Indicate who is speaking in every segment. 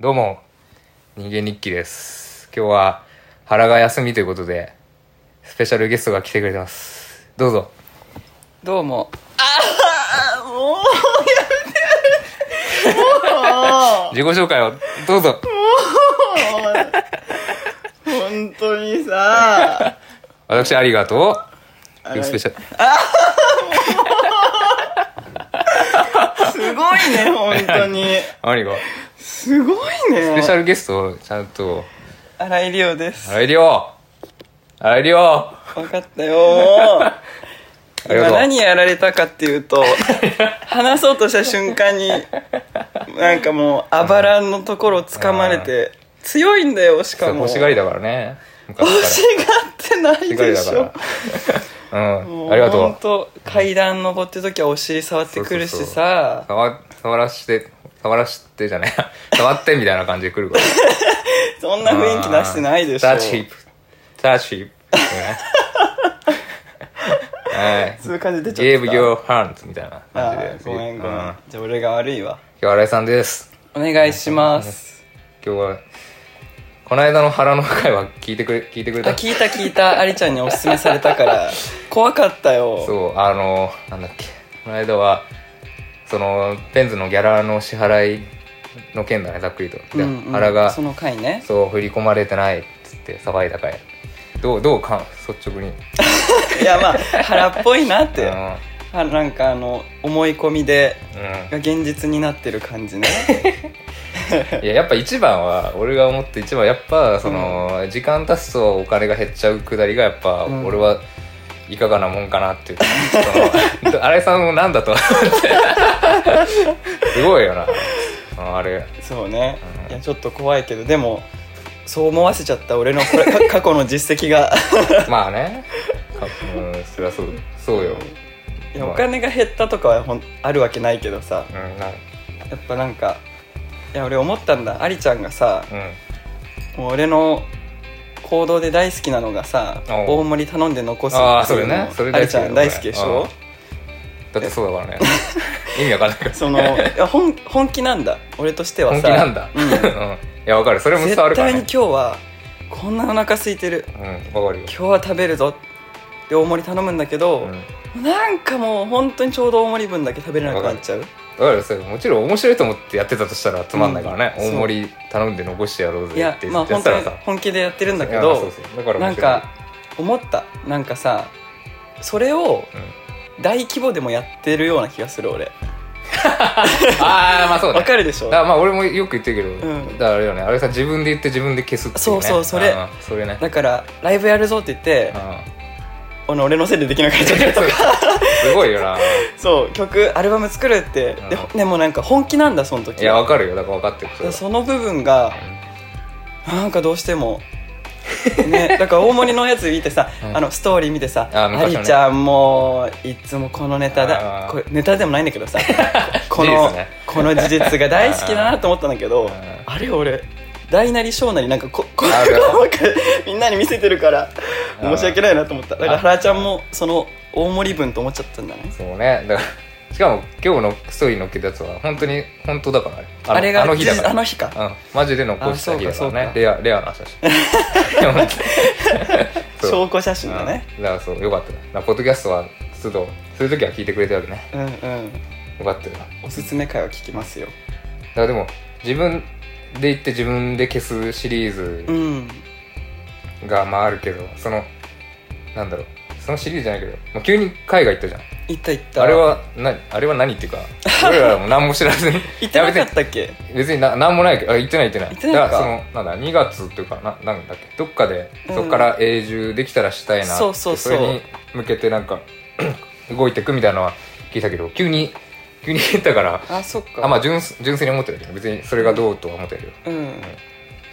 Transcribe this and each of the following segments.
Speaker 1: どうも、人間日記です。今日は腹が休みということで、スペシャルゲストが来てくれてます。どうぞ。
Speaker 2: どうも
Speaker 1: 自己紹介をどうぞ。
Speaker 2: 本当にさ
Speaker 1: 私、ありがと
Speaker 2: あ
Speaker 1: う。
Speaker 2: れ
Speaker 1: スペシャル。
Speaker 2: すごい ね本当に
Speaker 1: ありがとう。
Speaker 2: すごい
Speaker 1: スペシ
Speaker 2: ね
Speaker 1: ャルゲスト、ちゃんと、
Speaker 2: 荒井亮です
Speaker 1: 荒井亮荒井亮あ
Speaker 2: 分かったよ
Speaker 1: りが
Speaker 2: 今
Speaker 1: とう。
Speaker 2: 何やられたかってい うと話そうとした瞬間になんかもうあばらのところを掴まれて強いんだよし
Speaker 1: そう
Speaker 2: かも
Speaker 1: 欲しがりだからね。昔から
Speaker 2: 欲しがってないでしょ
Speaker 1: ら。う
Speaker 2: も
Speaker 1: ん、ありがとう
Speaker 2: 本。当階段登ってる時はお尻触ってくるしさ
Speaker 1: 触触らして触らしてじゃない触ってみたいな感じで来るから
Speaker 2: そんな雰囲気出してないでしょ
Speaker 1: タッチヒップタッチヒップ はい
Speaker 2: そういう感じで出ちゃっ
Speaker 1: Give
Speaker 2: た
Speaker 1: your hand みたいな感
Speaker 2: あ
Speaker 1: じで
Speaker 2: ごめんごめん、
Speaker 1: うん今
Speaker 2: じゃあ俺が悪いわ
Speaker 1: 日は新井さんです
Speaker 2: お願いします
Speaker 1: 今日はこの間の腹の回は聞いてくれ聞いてくれ
Speaker 2: あ
Speaker 1: た
Speaker 2: 聞いた聞いたありちゃんにおすすめされたから 怖かったよ
Speaker 1: そうあのなんだっけこの間はそのペンズのギャラの支払いの件だねざっくりと、で
Speaker 2: んうん
Speaker 1: 腹が
Speaker 2: その回ね
Speaker 1: そう振り込まれてないっつって騒いだかいどうどうかん率直にっ
Speaker 2: いやまあ腹っぽいな っ
Speaker 1: う
Speaker 2: て
Speaker 1: ん、うん
Speaker 2: あなんかあの思い込みでが現実になってる感 じね
Speaker 1: いややっぱ一番は俺が思って一番やっぱその、時間経つとお金が減っちゃうくだりがやっぱ、
Speaker 2: うん
Speaker 1: 俺はいかがなもんかなっていうかその 新井さんもなんだと思って すごいよなうんあれ
Speaker 2: そうね
Speaker 1: うん
Speaker 2: いやちょっと怖いけどでもそう思わせちゃった俺のこれ か過去の実績 が
Speaker 1: まあねかうんそりゃそうそうよ、
Speaker 2: いやお金が減ったとかはほんあるわけないけどさ
Speaker 1: うんな
Speaker 2: やっぱなんかいや俺思ったんだありちゃんがさ
Speaker 1: うん
Speaker 2: もう俺の行動で大好きなのがさ
Speaker 1: おう
Speaker 2: 大盛り頼んで残す
Speaker 1: ああ
Speaker 2: っていうの
Speaker 1: それねそれ
Speaker 2: あ
Speaker 1: 大好
Speaker 2: れ
Speaker 1: き
Speaker 2: ちゃん大好きでしょ
Speaker 1: だってそうだからね意味わかんない から
Speaker 2: そのいや本本気なんだ俺としてはさ
Speaker 1: 本気なんだ、
Speaker 2: うん
Speaker 1: うんいやわかるそれも伝わ
Speaker 2: 絶
Speaker 1: るから
Speaker 2: 対に
Speaker 1: ね
Speaker 2: 今日はこんなお腹空いてる
Speaker 1: うんわかるよ
Speaker 2: 今日は食べるぞで大盛り頼むんだけど、
Speaker 1: うん
Speaker 2: なんかもう本当にちょうど大盛り分だけ食べれなくなっちゃう
Speaker 1: わかるそれもちろん面白いと思ってやってたとしたらつまんないからね、
Speaker 2: うんそう
Speaker 1: 大盛り頼んで残してやろうぜ
Speaker 2: いや
Speaker 1: って
Speaker 2: ま
Speaker 1: 言
Speaker 2: あ
Speaker 1: ってやった
Speaker 2: 本当
Speaker 1: ら
Speaker 2: に
Speaker 1: さ、
Speaker 2: 本気でやってるんだけ
Speaker 1: いやそ
Speaker 2: ど
Speaker 1: うそうだから
Speaker 2: な
Speaker 1: 面
Speaker 2: ん
Speaker 1: 白い
Speaker 2: か思ったなんかさそれを大規模でもやってるような気がする俺
Speaker 1: ああまあそう
Speaker 2: わ
Speaker 1: だ,、
Speaker 2: かるでしょ
Speaker 1: だからまあ俺もよく言ってるけど、
Speaker 2: うん
Speaker 1: だからあれよねあれさ自分で言って自分で消すっていう、ね、
Speaker 2: そうそうそれ
Speaker 1: んそれね
Speaker 2: だからライブやるぞって言って
Speaker 1: うん
Speaker 2: あの俺のせいでできなくなっちゃったとか
Speaker 1: すごいよな
Speaker 2: そう曲アルバム作るってで
Speaker 1: うん
Speaker 2: でもなんか本気なんだその時はい
Speaker 1: やわかるよだから分かってる
Speaker 2: だから
Speaker 1: そ
Speaker 2: その部分が
Speaker 1: れは
Speaker 2: なんかどうしても ねだから大盛りのやつ見てさ、
Speaker 1: うん
Speaker 2: あのストーリー見てさ
Speaker 1: あ
Speaker 2: あ,、
Speaker 1: 昔のね
Speaker 2: りちゃんもういつもこのネタ
Speaker 1: あ
Speaker 2: だ
Speaker 1: ー
Speaker 2: これネタでもないんだけ どさこの
Speaker 1: 事実ね
Speaker 2: この事実が大好きだなと思ったんだけど
Speaker 1: ん
Speaker 2: あれ俺大なり小なりなんかここ
Speaker 1: あるある
Speaker 2: なんかみんなに見せてるから
Speaker 1: うん
Speaker 2: 申し訳ないなと思っただから原ちゃんもその大盛り分と思っちゃったんだね
Speaker 1: そうねだからしかも今日のストーリー乗っけたやつは本当に本当だからねあ
Speaker 2: あ
Speaker 1: の
Speaker 2: れが
Speaker 1: あの日だから
Speaker 2: あの日か
Speaker 1: うん、マジで残した日だ
Speaker 2: あそ
Speaker 1: か
Speaker 2: うからそ
Speaker 1: ね
Speaker 2: うか
Speaker 1: レアレアな写 真
Speaker 2: 証拠写真だね
Speaker 1: うんだからそうよかったよだからポッドキャストは都度そういう時は聞いてくれたわけね
Speaker 2: うんうん
Speaker 1: よかったよだか
Speaker 2: おすすめ会は聞きますよ
Speaker 1: らでも自分で言って自分で消すシリー
Speaker 2: う
Speaker 1: ズ
Speaker 2: ん
Speaker 1: がまああるけどそのなんだろうそのシリーズじゃないけど、まあ、急に海外行ったじゃん
Speaker 2: 行った行った
Speaker 1: あれはなあれは何っていうか俺らも何も知らずに
Speaker 2: 行ってなかったっけ
Speaker 1: いや別に別にな何もないけどあ行ってない行ってない
Speaker 2: 行ってないか
Speaker 1: だからそのなんだ2月っていうかななんだっけどっかで
Speaker 2: うん
Speaker 1: そこから永住できたらしたいなって、
Speaker 2: そうそうそう
Speaker 1: れに向けてなんか 動いていくみたいなのは聞いたけど急に急に言ったから
Speaker 2: あそっか
Speaker 1: あまあ純粋純粋に思ってたけど別にそれがどうとは思ってるけど
Speaker 2: うん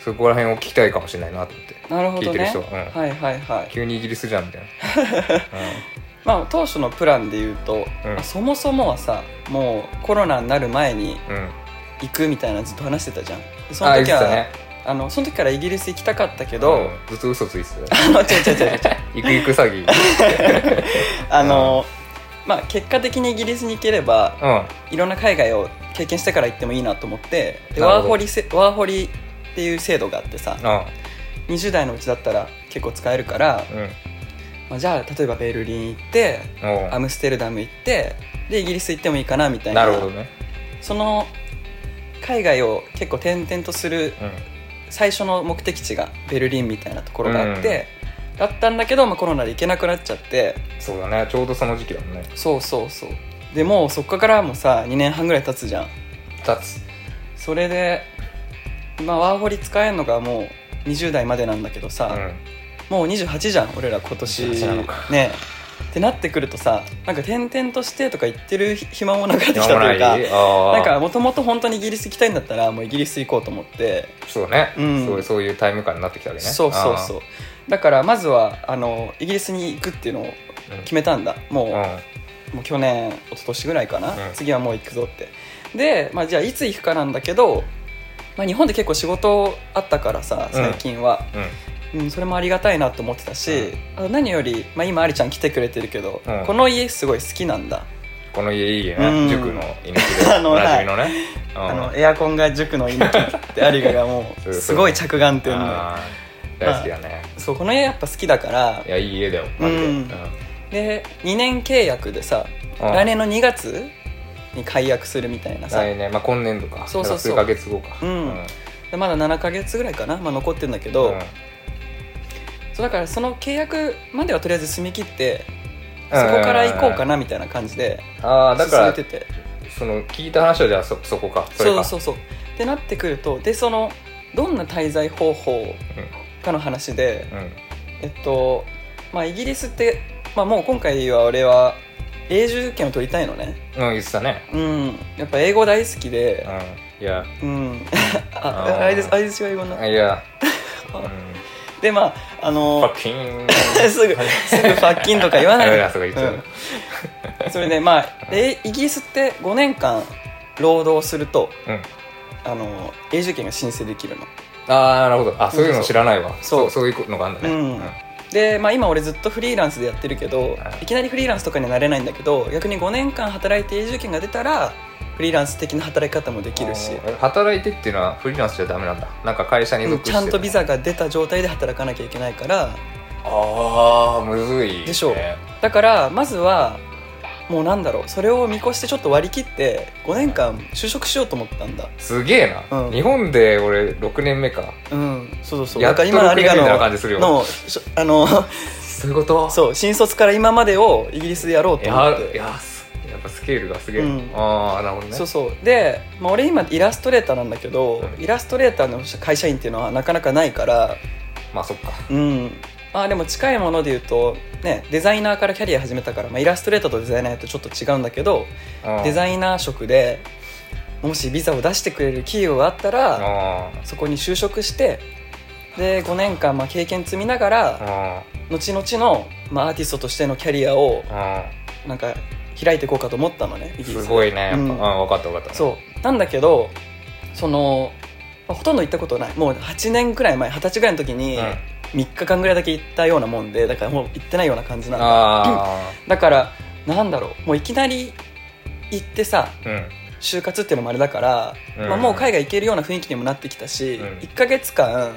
Speaker 1: そこら辺を聞きたいかもしれないなと思って
Speaker 2: なるほ
Speaker 1: 聞い
Speaker 2: ど
Speaker 1: てる
Speaker 2: ね
Speaker 1: 人はうん
Speaker 2: はいはいはい
Speaker 1: 急にイギリスじゃんみたい な、
Speaker 2: まあ当初のプランで言うと
Speaker 1: うん
Speaker 2: まあそもそもはさもうコロナになる前に
Speaker 1: うんうん、
Speaker 2: 行くみたいなのずっと話してたじゃんでそ
Speaker 1: あ言
Speaker 2: の
Speaker 1: っ
Speaker 2: 時
Speaker 1: てた
Speaker 2: は
Speaker 1: ね
Speaker 2: あのその時からイギリス行きたかったけど
Speaker 1: うんずっと嘘ついてたよ
Speaker 2: あの違う違う違う違 う
Speaker 1: 行く行く詐欺
Speaker 2: あのまあ結果的にイギリスに行ければ
Speaker 1: うん
Speaker 2: いろんな海外を経験してから行ってもいいなと思ってで
Speaker 1: なるほど
Speaker 2: ワーホリせワーホリっていう制度があってさ
Speaker 1: う
Speaker 2: 20代のうちだったら結構使えるから、
Speaker 1: んうん
Speaker 2: まあ、じゃあ例えばベルリン行って
Speaker 1: おう
Speaker 2: アムステルダム行ってでイギリス行ってもいいかなみたいな
Speaker 1: なるほどね
Speaker 2: その海外を結構転々とする
Speaker 1: う
Speaker 2: 最初の目的地がベルリンみたいなところがあって、だったんだけど、まあ、コロナで行けなくなっちゃって
Speaker 1: んそうだねちょうどその時期だもんね
Speaker 2: そうそうそうでもうそこからもさ2年半ぐらい経つじゃん
Speaker 1: 立つ
Speaker 2: それで、まあ、ワーホリ使えるのがもう20代までなんだけど
Speaker 1: う
Speaker 2: さ、
Speaker 1: ん
Speaker 2: もう28じゃん俺ら今年
Speaker 1: 28なのか
Speaker 2: ねってなってくるとさなんか転々としてとか言ってる暇もなくなってきた
Speaker 1: や
Speaker 2: と
Speaker 1: まな
Speaker 2: いうか
Speaker 1: いあ
Speaker 2: な
Speaker 1: あ
Speaker 2: んかもともと本当にイギリス行きたいんだったらもうイギリス行こうと思って
Speaker 1: そうね、
Speaker 2: うん
Speaker 1: そうそういうタイム感になってきたわけね
Speaker 2: そうそうそうだからまずはあのイギリスに行くっていうのを決めたんだもう,、
Speaker 1: うん、うん
Speaker 2: もう去年一昨年ぐらいかな、
Speaker 1: うん
Speaker 2: 次はもう行くぞってで、まあ、じゃあいつ行くかなんだけど、まあ、日本で結構仕事あったからさ最近は、
Speaker 1: うん
Speaker 2: うんそれもありがたいなと思ってたし、
Speaker 1: う
Speaker 2: あと何より、まあ、今ありちゃん来てくれてるけど、
Speaker 1: うん
Speaker 2: この家すごい好きな んだ、
Speaker 1: この家いいよね、
Speaker 2: うん
Speaker 1: 塾の犬で
Speaker 2: あの
Speaker 1: おなじみのね、うん
Speaker 2: あのエアコンが塾の犬ってありががも
Speaker 1: そううそう
Speaker 2: すごい着眼点の
Speaker 1: あー大好きだね
Speaker 2: そうこの家やっぱ好きだから
Speaker 1: いやいい家だよマジで、
Speaker 2: うん
Speaker 1: うん
Speaker 2: で2年契約でさ来年の2月に解約するみたいなさ
Speaker 1: 来年、まあ、今年度か
Speaker 2: そうそうそう
Speaker 1: だから数ヶ月後か
Speaker 2: うんでまだ7ヶ月ぐらいかな、まあ、残ってるんだけど、
Speaker 1: うん
Speaker 2: そうだからその契約まではとりあえず住み切ってそこから行こうかなみたいな感じで
Speaker 1: ああだ
Speaker 2: 進
Speaker 1: か
Speaker 2: め
Speaker 1: ら
Speaker 2: てて
Speaker 1: その聞いた話はじゃあそそこかそれ
Speaker 2: そう
Speaker 1: か
Speaker 2: そうそうってなってくるとでそのどんな滞在方法かの話で、
Speaker 1: うんうん
Speaker 2: えっとまあイギリスって、まあ、もう今回は俺は永住権を取りたいのね
Speaker 1: うん言ってたね
Speaker 2: うんやっぱ英語大好きで
Speaker 1: うんいや
Speaker 2: うん、あ
Speaker 1: あー
Speaker 2: あれですあれですよ英語の
Speaker 1: い や
Speaker 2: あ
Speaker 1: うん
Speaker 2: でまああ
Speaker 1: パ
Speaker 2: の
Speaker 1: ッキン
Speaker 2: すぐすぐファッキンとか言わない
Speaker 1: あ
Speaker 2: で
Speaker 1: れ、そこ言ってたね
Speaker 2: うんそれでまあえイギリスって5年間労働すると
Speaker 1: うん
Speaker 2: あの永住権が申請できるの
Speaker 1: ああなるほどあそういうの知らないわ
Speaker 2: そ
Speaker 1: そううそういうのがあるんだね
Speaker 2: うんで、まあ、今俺ずっとフリーランスでやってるけ
Speaker 1: は
Speaker 2: ど
Speaker 1: い
Speaker 2: いきなりフリーランスとかにはなれないんだけど逆に5年間働いて永住権が出たらフリーランス的な働き方もできるし
Speaker 1: あー働いてっていうのはフリーランスじゃダメなんだなんか会社に
Speaker 2: うん
Speaker 1: 属して
Speaker 2: ち
Speaker 1: る
Speaker 2: ゃんとビザが出た状態で働かなきゃいけないから
Speaker 1: ああむずいね
Speaker 2: でしょうだからまずはもうなんだろうそれを見越してちょっと割り切って5年間就職しようと思ったんだ
Speaker 1: すげえな、
Speaker 2: うん
Speaker 1: 日本で俺6年目か
Speaker 2: うんそうそうそう
Speaker 1: や
Speaker 2: だ
Speaker 1: っと
Speaker 2: か
Speaker 1: 6年
Speaker 2: ら
Speaker 1: 目
Speaker 2: 今の
Speaker 1: み
Speaker 2: 有賀
Speaker 1: たい
Speaker 2: の
Speaker 1: な感じするよ
Speaker 2: のしょあの
Speaker 1: そういうこと
Speaker 2: そう新卒から今までをイギリスでやろう
Speaker 1: い
Speaker 2: と思っ
Speaker 1: や
Speaker 2: て
Speaker 1: いやすやっぱスケールがすげえ、
Speaker 2: うん
Speaker 1: ああなるほどね
Speaker 2: そうそうで、まあ、俺今イラストレーターなんだけど、
Speaker 1: うん
Speaker 2: イラストレーターの会社員っていうのはなかなかないから
Speaker 1: まあそっか
Speaker 2: うんまあでも近いもので言うと、ね、デザイナーからキャリア始めたから、まあ、イラストレーターとデザイナーとちょっと違うんだけど、
Speaker 1: イ
Speaker 2: デザイナー職でもしビザを出してくれる企業があったら、
Speaker 1: あ
Speaker 2: そこに就職してで5年間まあ経験積みながら、
Speaker 1: あ
Speaker 2: 後々の、まあ、アーティストとしてのキャリアを
Speaker 1: あ
Speaker 2: なんか開いていこうかと思ったのねイギリ
Speaker 1: す
Speaker 2: ス
Speaker 1: ごいねやっぱ、
Speaker 2: う
Speaker 1: うんん分かった分かった
Speaker 2: そうなんだけどその、まあほとんど行ったことないもう8年くらい前二十歳ぐらいの時に
Speaker 1: うん
Speaker 2: 3日間ぐらいだけ行ったようなもんでだからもう行ってないような感じなんだ
Speaker 1: あ
Speaker 2: だからなんだろうもういきなり行ってさ
Speaker 1: あうん
Speaker 2: 就活っていうのもあれだから、
Speaker 1: うん
Speaker 2: まあ、もう海外行けるような雰囲気にもなってきたし、
Speaker 1: うん
Speaker 2: 1ヶ月間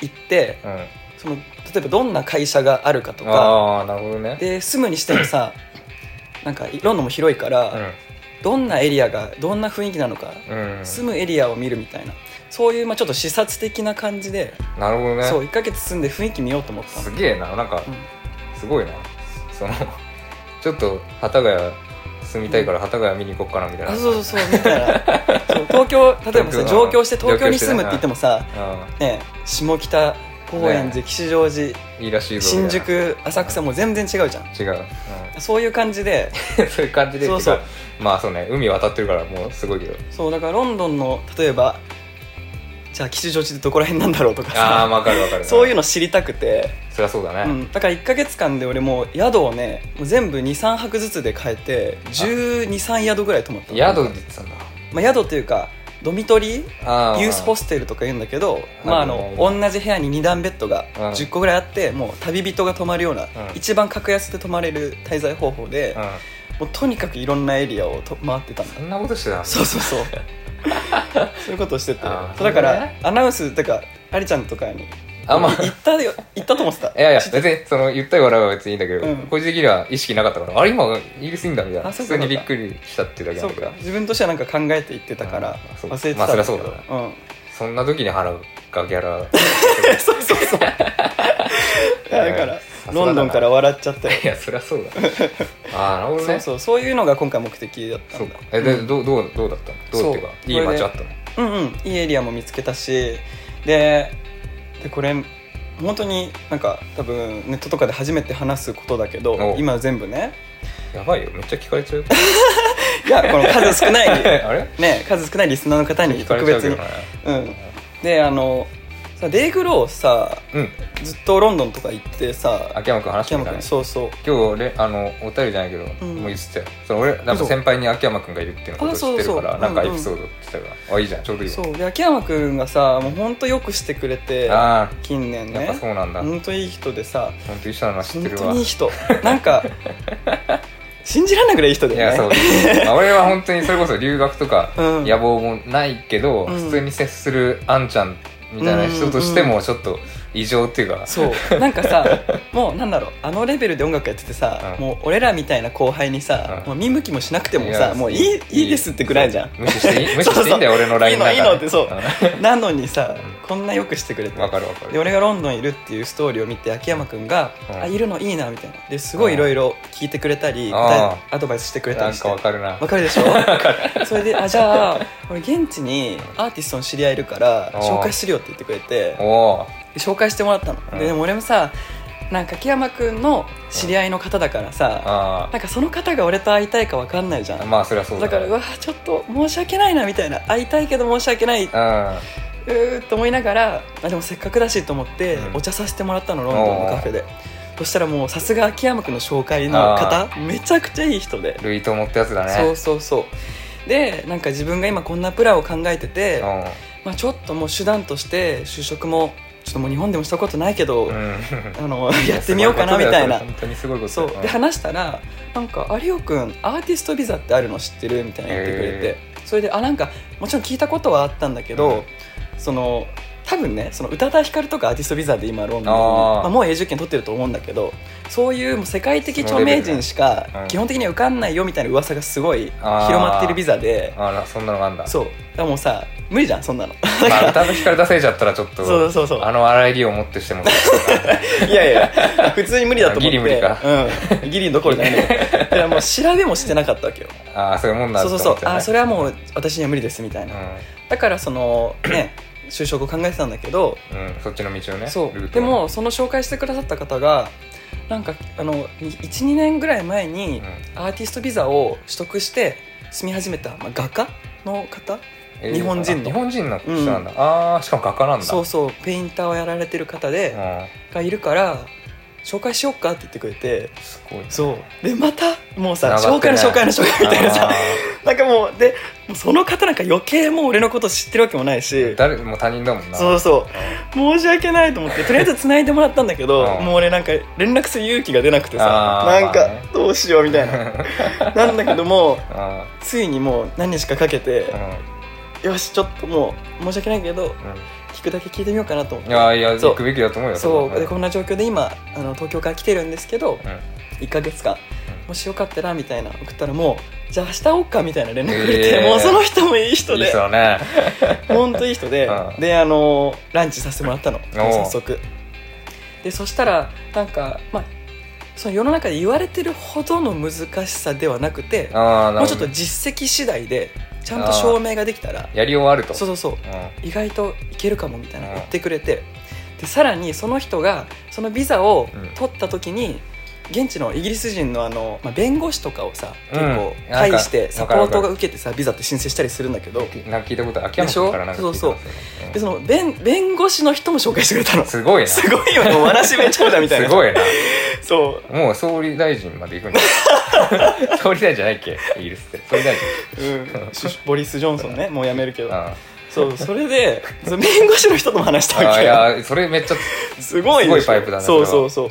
Speaker 2: 行って
Speaker 1: うん
Speaker 2: その例えばどんな会社があるかとか
Speaker 1: ああなるほどね
Speaker 2: で住むにしても さなんかロンドンも広いから、どんなエリアがどんな雰囲気なのか、
Speaker 1: うん、うん、
Speaker 2: 住むエリアを見るみたいなそういう、まあ、ちょっと視察的な感じで、
Speaker 1: なるほどね
Speaker 2: そう1ヶ月住んで雰囲気見ようと思った
Speaker 1: す
Speaker 2: の
Speaker 1: げえななんか、
Speaker 2: うん
Speaker 1: すごいなその ちょっと幡ヶ谷住みたいから幡ヶ谷見に行こっかなみたいな
Speaker 2: あそうそうそうみた いなそう東京例えばさ
Speaker 1: 東京
Speaker 2: 上京して東京
Speaker 1: 上京
Speaker 2: に
Speaker 1: して
Speaker 2: 住むって言ってもさ、ね、下北高円
Speaker 1: ね
Speaker 2: 寺吉祥寺
Speaker 1: うん、いいらしいぞ
Speaker 2: 新
Speaker 1: みたいな
Speaker 2: 宿浅草もう全然違うじゃん
Speaker 1: 違う、
Speaker 2: そういう感じで
Speaker 1: うん そういう感じで
Speaker 2: そうそう
Speaker 1: てかまあそうね海渡ってるからもうすごいけど
Speaker 2: そうだからロンドンの例えばじゃあ吉祥寺ってどこら辺なんだろうとか
Speaker 1: ああ
Speaker 2: さ
Speaker 1: わかるわかる
Speaker 2: そういう
Speaker 1: の
Speaker 2: の知りたくて、
Speaker 1: そりゃそうだ
Speaker 2: う
Speaker 1: ね、
Speaker 2: ん、だから1か月間で俺もう宿をねもう全部23泊ずつで変えて123宿ぐらい泊まったの
Speaker 1: 宿って言ってたんだ
Speaker 2: まあ、宿というかドミトリー
Speaker 1: あー
Speaker 2: ユースホステルとか言うんだけどまああの同じ部屋に2段ベッドが
Speaker 1: うん
Speaker 2: 10個ぐらいあってもう旅人が泊まるような、
Speaker 1: ん
Speaker 2: 一番格安で泊まれる滞在方法で、
Speaker 1: うん
Speaker 2: もうとにかくいろんなエリアをと回ってたんだ
Speaker 1: そんなことしてたの
Speaker 2: そうそうそう そういうことをしてて
Speaker 1: あー
Speaker 2: そうだか
Speaker 1: なる
Speaker 2: ら
Speaker 1: ほど
Speaker 2: アナウンスだからありちゃんとかに
Speaker 1: あまあ
Speaker 2: 行ったよ行ったと思ってた
Speaker 1: いやいや別にその言ったり笑うは別にいいんだけど、
Speaker 2: うん
Speaker 1: 個人的には意識なかったからあれ今イギリスいいんだみたいな
Speaker 2: あそ
Speaker 1: 普
Speaker 2: うか
Speaker 1: 通にびっくりしたっていうだけな
Speaker 2: そ
Speaker 1: ん
Speaker 2: う
Speaker 1: だけど
Speaker 2: か自分としてはなんか考えて行ってたから
Speaker 1: あそう
Speaker 2: 忘れて
Speaker 1: ま
Speaker 2: た
Speaker 1: あ
Speaker 2: んだけ
Speaker 1: そり
Speaker 2: ど
Speaker 1: ゃそう
Speaker 2: うん
Speaker 1: そんな時に腹がギャ ラ
Speaker 2: そうそう そう
Speaker 1: さす
Speaker 2: いやだから
Speaker 1: がだな
Speaker 2: ロンドンから笑っちゃったよ
Speaker 1: いやそりゃそうだああなるほど
Speaker 2: そう
Speaker 1: ね
Speaker 2: そうそういうのが今回目的だった
Speaker 1: そうん
Speaker 2: だ
Speaker 1: かえでどうどうどうだったのどうっていうか
Speaker 2: そう
Speaker 1: いい
Speaker 2: これ
Speaker 1: 街
Speaker 2: で
Speaker 1: あったの
Speaker 2: うんうんいいエリアも見つけたしででこれ本当になんか多分ネットとかで初めて話すことだけど
Speaker 1: お
Speaker 2: 今全部ね
Speaker 1: やばいよめっちゃ聞かれちゃう
Speaker 2: いやこの数少な い
Speaker 1: あれ
Speaker 2: ね数少ないリスナーの方に
Speaker 1: 聞かれ
Speaker 2: 特
Speaker 1: ちゃう
Speaker 2: 別
Speaker 1: け
Speaker 2: に
Speaker 1: どね
Speaker 2: うんであのさデイグローさ
Speaker 1: うん
Speaker 2: ずっとロンドンとか行ってさ
Speaker 1: 秋山君話して
Speaker 2: 秋
Speaker 1: み
Speaker 2: 山
Speaker 1: たね
Speaker 2: 君そうそう
Speaker 1: 今日れあのお便りじゃないけど、
Speaker 2: うん
Speaker 1: もう言ってたよその俺なんか
Speaker 2: 嘘
Speaker 1: 先輩に秋山君がいるっていうのことを
Speaker 2: あ
Speaker 1: 知ってるから
Speaker 2: そうそう
Speaker 1: なんか
Speaker 2: うん
Speaker 1: エ
Speaker 2: うん
Speaker 1: ピソードって言ってたから、あいいじゃんちょうどいいわ
Speaker 2: そうで秋山君がさもう本当よくしてくれて
Speaker 1: あ
Speaker 2: 近年
Speaker 1: あやっ
Speaker 2: ね
Speaker 1: ぱそうなんだ、
Speaker 2: 本当いい人でさ
Speaker 1: 本当に一緒なのは知っ
Speaker 2: 本
Speaker 1: てる
Speaker 2: 当
Speaker 1: わ
Speaker 2: にいい人なんか信じられないぐらいいい人だ
Speaker 1: い
Speaker 2: よね
Speaker 1: や そう、まあ俺は本当にそれこそ留学とか
Speaker 2: うん
Speaker 1: 野望もないけど、
Speaker 2: うん
Speaker 1: 普通に接するあんちゃんみたいな人としてもちょっと異常っていうか、
Speaker 2: そうなんかさもうなんだろうあのレベルで音楽やっててさ、
Speaker 1: うん
Speaker 2: もう俺らみたいな後輩にさ、
Speaker 1: うん
Speaker 2: もう見向きもしなくても
Speaker 1: い
Speaker 2: さ
Speaker 1: や
Speaker 2: もういいいいですってぐらいじゃん
Speaker 1: そう無視して いい無視していいんだよ俺の LINE なんか
Speaker 2: いいのいいのってそうなのにさ
Speaker 1: う
Speaker 2: こんなよくしてくれて
Speaker 1: んわかるわか
Speaker 2: で
Speaker 1: る
Speaker 2: 俺がロンドンいるっていうストーリーを見て秋山君が「
Speaker 1: うん
Speaker 2: あいるのいいな」みたいなですごいいろいろ聞いてくれたり
Speaker 1: ん
Speaker 2: 答えアドバイスしてくれた
Speaker 1: な
Speaker 2: り
Speaker 1: ん
Speaker 2: して
Speaker 1: か わかるな
Speaker 2: わかるでしょそれであじゃあ俺現地にアーティストの知り合いいるから
Speaker 1: うん
Speaker 2: 紹介するよって言ってくれて
Speaker 1: おお
Speaker 2: 紹介してもらったの、
Speaker 1: うん
Speaker 2: ででも俺もさなんか木山君の知り合いの方だからさ、
Speaker 1: あ
Speaker 2: なんかその方が俺と会いたいか分かんないじゃん、
Speaker 1: あまあそりゃそうだ
Speaker 2: だからうわちょっと申し訳ないなみたいな会いたいけど申し訳ない、う
Speaker 1: うん
Speaker 2: ーっと思いながらあでもせっかくだしと思って、
Speaker 1: うん
Speaker 2: お茶させてもらったのロンドンのカフェでそしたらもうさすが秋山君の紹介の方めちゃくちゃいい人で
Speaker 1: ルイと思ったやつだね
Speaker 2: そうそうそうでなんか自分が今こんなプランを考えてて、まあ、ちょっともう手段として就職もちょっともう日本でもしたことないけど、
Speaker 1: うんうん
Speaker 2: あの やってみようかなみたい
Speaker 1: やすごことだよそれ
Speaker 2: な
Speaker 1: 本当にすごいこと
Speaker 2: そ
Speaker 1: だ
Speaker 2: う
Speaker 1: よ
Speaker 2: で話したらなんか「有オくんアーティストビザってあるの知ってる?」みたいな言ってくれて
Speaker 1: へ
Speaker 2: それであなんかもちろん聞いたことはあったんだけど、その多分ねその宇多田ヒカルとかアーティストビザで今ロンドンに
Speaker 1: あー
Speaker 2: まあ、もう永住権取ってると思うんだけどそういうもう世界的著名人しか
Speaker 1: そのレベルねうん
Speaker 2: 基本的には受かんないよみたいな噂がすごい広
Speaker 1: あー
Speaker 2: まってるビザで
Speaker 1: あらそんなのがあんだ
Speaker 2: そうだからもうさ無理じゃんそんなの
Speaker 1: まあ歌の光出せちゃったらちょっと
Speaker 2: そうそうそう
Speaker 1: あの荒いりを持ってしても
Speaker 2: いやいや普通に無理だと思っ
Speaker 1: ギ
Speaker 2: て
Speaker 1: リ無理か
Speaker 2: うん、ギリどころじゃないん だけどだからもう調べもしてなかったわけよ
Speaker 1: ああそういうもんだ
Speaker 2: そうそうそう、あーそ
Speaker 1: れ
Speaker 2: れはもう私には無理ですみたいな、だからそのね就職を考えてたんだけど
Speaker 1: うん、うん、そっちの道をね
Speaker 2: そう
Speaker 1: ルー
Speaker 2: で
Speaker 1: トをね
Speaker 2: もその紹介してくださった方がなんかあの12年ぐらい前に
Speaker 1: う
Speaker 2: アーティストビザを取得して住み始めた、まあ、画家の方
Speaker 1: えー
Speaker 2: 日本人の
Speaker 1: あ日本人の人なんだ、ああしかも画家なんだ
Speaker 2: そうそうペインターをやられてる方
Speaker 1: う
Speaker 2: で、
Speaker 1: ん
Speaker 2: がいるから紹介しよっかって言ってくれて
Speaker 1: すごい
Speaker 2: そうでまたもうさ
Speaker 1: 繋が
Speaker 2: 紹
Speaker 1: ってね
Speaker 2: 介の紹介の紹介みたいな さ
Speaker 1: あ
Speaker 2: なんかもうでもうその方なんか余計もう俺のこと知ってるわけもない
Speaker 1: ー
Speaker 2: し
Speaker 1: 誰も他人だもんな
Speaker 2: そうそう申し訳ないと思ってとりあえず繋いでもらったんだけど
Speaker 1: うん
Speaker 2: もう俺なんか連絡する勇気が出なくてさ
Speaker 1: あー
Speaker 2: なん
Speaker 1: まあね
Speaker 2: かどうしようみたい ななんだけども
Speaker 1: あ
Speaker 2: ついにもう何日かかけて
Speaker 1: ー
Speaker 2: よしちょっともう申し訳ないけど
Speaker 1: うん、うん
Speaker 2: 聞くだけ聞いてみようかなと思っ
Speaker 1: い
Speaker 2: て
Speaker 1: やいや
Speaker 2: そう
Speaker 1: 行くべきだと思うよ
Speaker 2: そう
Speaker 1: れ
Speaker 2: で
Speaker 1: は
Speaker 2: こんな状況で今あの東京から来てるんですけど
Speaker 1: うん
Speaker 2: 1ヶ月間
Speaker 1: うん
Speaker 2: もしよかったらみたいな送ったらもうじゃあ明日会おっかみたいな連絡くれて、
Speaker 1: えー
Speaker 2: もうその人もいい人
Speaker 1: いい
Speaker 2: で
Speaker 1: 人だね
Speaker 2: ほんといい人で、
Speaker 1: うん
Speaker 2: であのランチさせてもらったのもう早速でそしたらなんかまあその世の中で言われてるほどの難しさではなくて
Speaker 1: ああ
Speaker 2: もうちょっと実績次第でちゃんと証明ができたら
Speaker 1: やり終わると
Speaker 2: そうそうそう
Speaker 1: うん、うん
Speaker 2: 意外といけるかもみたいな
Speaker 1: うん
Speaker 2: 言ってくれてでさらにその人がそのビザを
Speaker 1: うん
Speaker 2: 取った時に現地のイギリス人のあの、まあ、弁護士とかをさ結構介して
Speaker 1: な
Speaker 2: サ
Speaker 1: ん
Speaker 2: ポ
Speaker 1: かわかるわかる
Speaker 2: ートが受けてさビザって申請したりするんだけど
Speaker 1: なんか聞いたこと秋山君からなんか聞いたことあるうん
Speaker 2: でその弁弁護士の人も紹介してくれたの す
Speaker 1: すごいなす
Speaker 2: ごいよねもうわらしめちゃうだみたいな
Speaker 1: ごいな
Speaker 2: そ
Speaker 1: もう総理大臣まで行 くんだ総理大臣じゃないっけイギリスって総理大臣
Speaker 2: う、うん、しボリス・ジョンソンねもうやめるけど
Speaker 1: あ
Speaker 2: そう それでその弁護士の人とも話した
Speaker 1: あ
Speaker 2: わけ
Speaker 1: い
Speaker 2: よ
Speaker 1: やそれめっちゃ
Speaker 2: すごいでしょ
Speaker 1: すごいパイプだね
Speaker 2: そ
Speaker 1: それ
Speaker 2: うそう
Speaker 1: は
Speaker 2: そう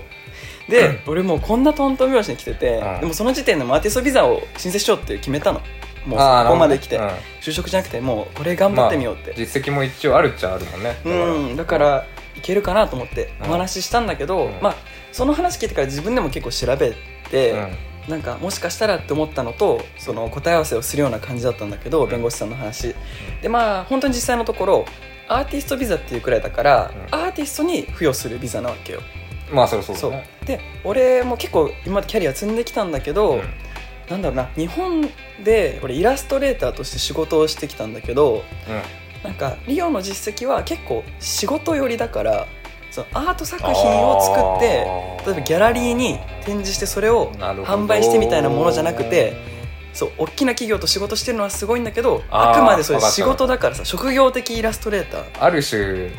Speaker 2: で、俺もうこんなトントン拍子に来てて、
Speaker 1: うん
Speaker 2: でもその時点でもうアーティストビザを申請しようって決めたのもう
Speaker 1: あー
Speaker 2: ここまで来て、
Speaker 1: なるほどね
Speaker 2: 就職じゃなくてもうこれ頑張ってみようって、
Speaker 1: うん実績も一応あるっちゃあるもんねだから
Speaker 2: うんだからいけるかなと思って
Speaker 1: う
Speaker 2: お
Speaker 1: ん
Speaker 2: 話ししたんだけど、
Speaker 1: うん
Speaker 2: まあその話聞いてから自分でも結構調べて、
Speaker 1: うん
Speaker 2: なんかもしかしたらって思ったのとその答え合わせをするような感じだったんだけど、
Speaker 1: うん
Speaker 2: 弁護士さんの話でまあ本当に実際のところアーティストビザっていうくらいだから、
Speaker 1: う
Speaker 2: アーティストに付与するビザなわけよ
Speaker 1: まあそりゃそうだね
Speaker 2: で俺も結構今までキャリア積んできたんだけ
Speaker 1: う
Speaker 2: ど、
Speaker 1: ん
Speaker 2: なんだろうな日本で俺イラストレーターとして仕事をしてきたんだけどなんかリオの実績は結構仕事寄りだからそのアート作品を作って例えばギャラリーに展示してそれを販売してみたいなものじゃなくてそう大きな企業と仕事してるのはすごいんだけど
Speaker 1: あー
Speaker 2: あくまでそれ
Speaker 1: わかった
Speaker 2: 仕事だからさ職業的イラストレーター、
Speaker 1: ある種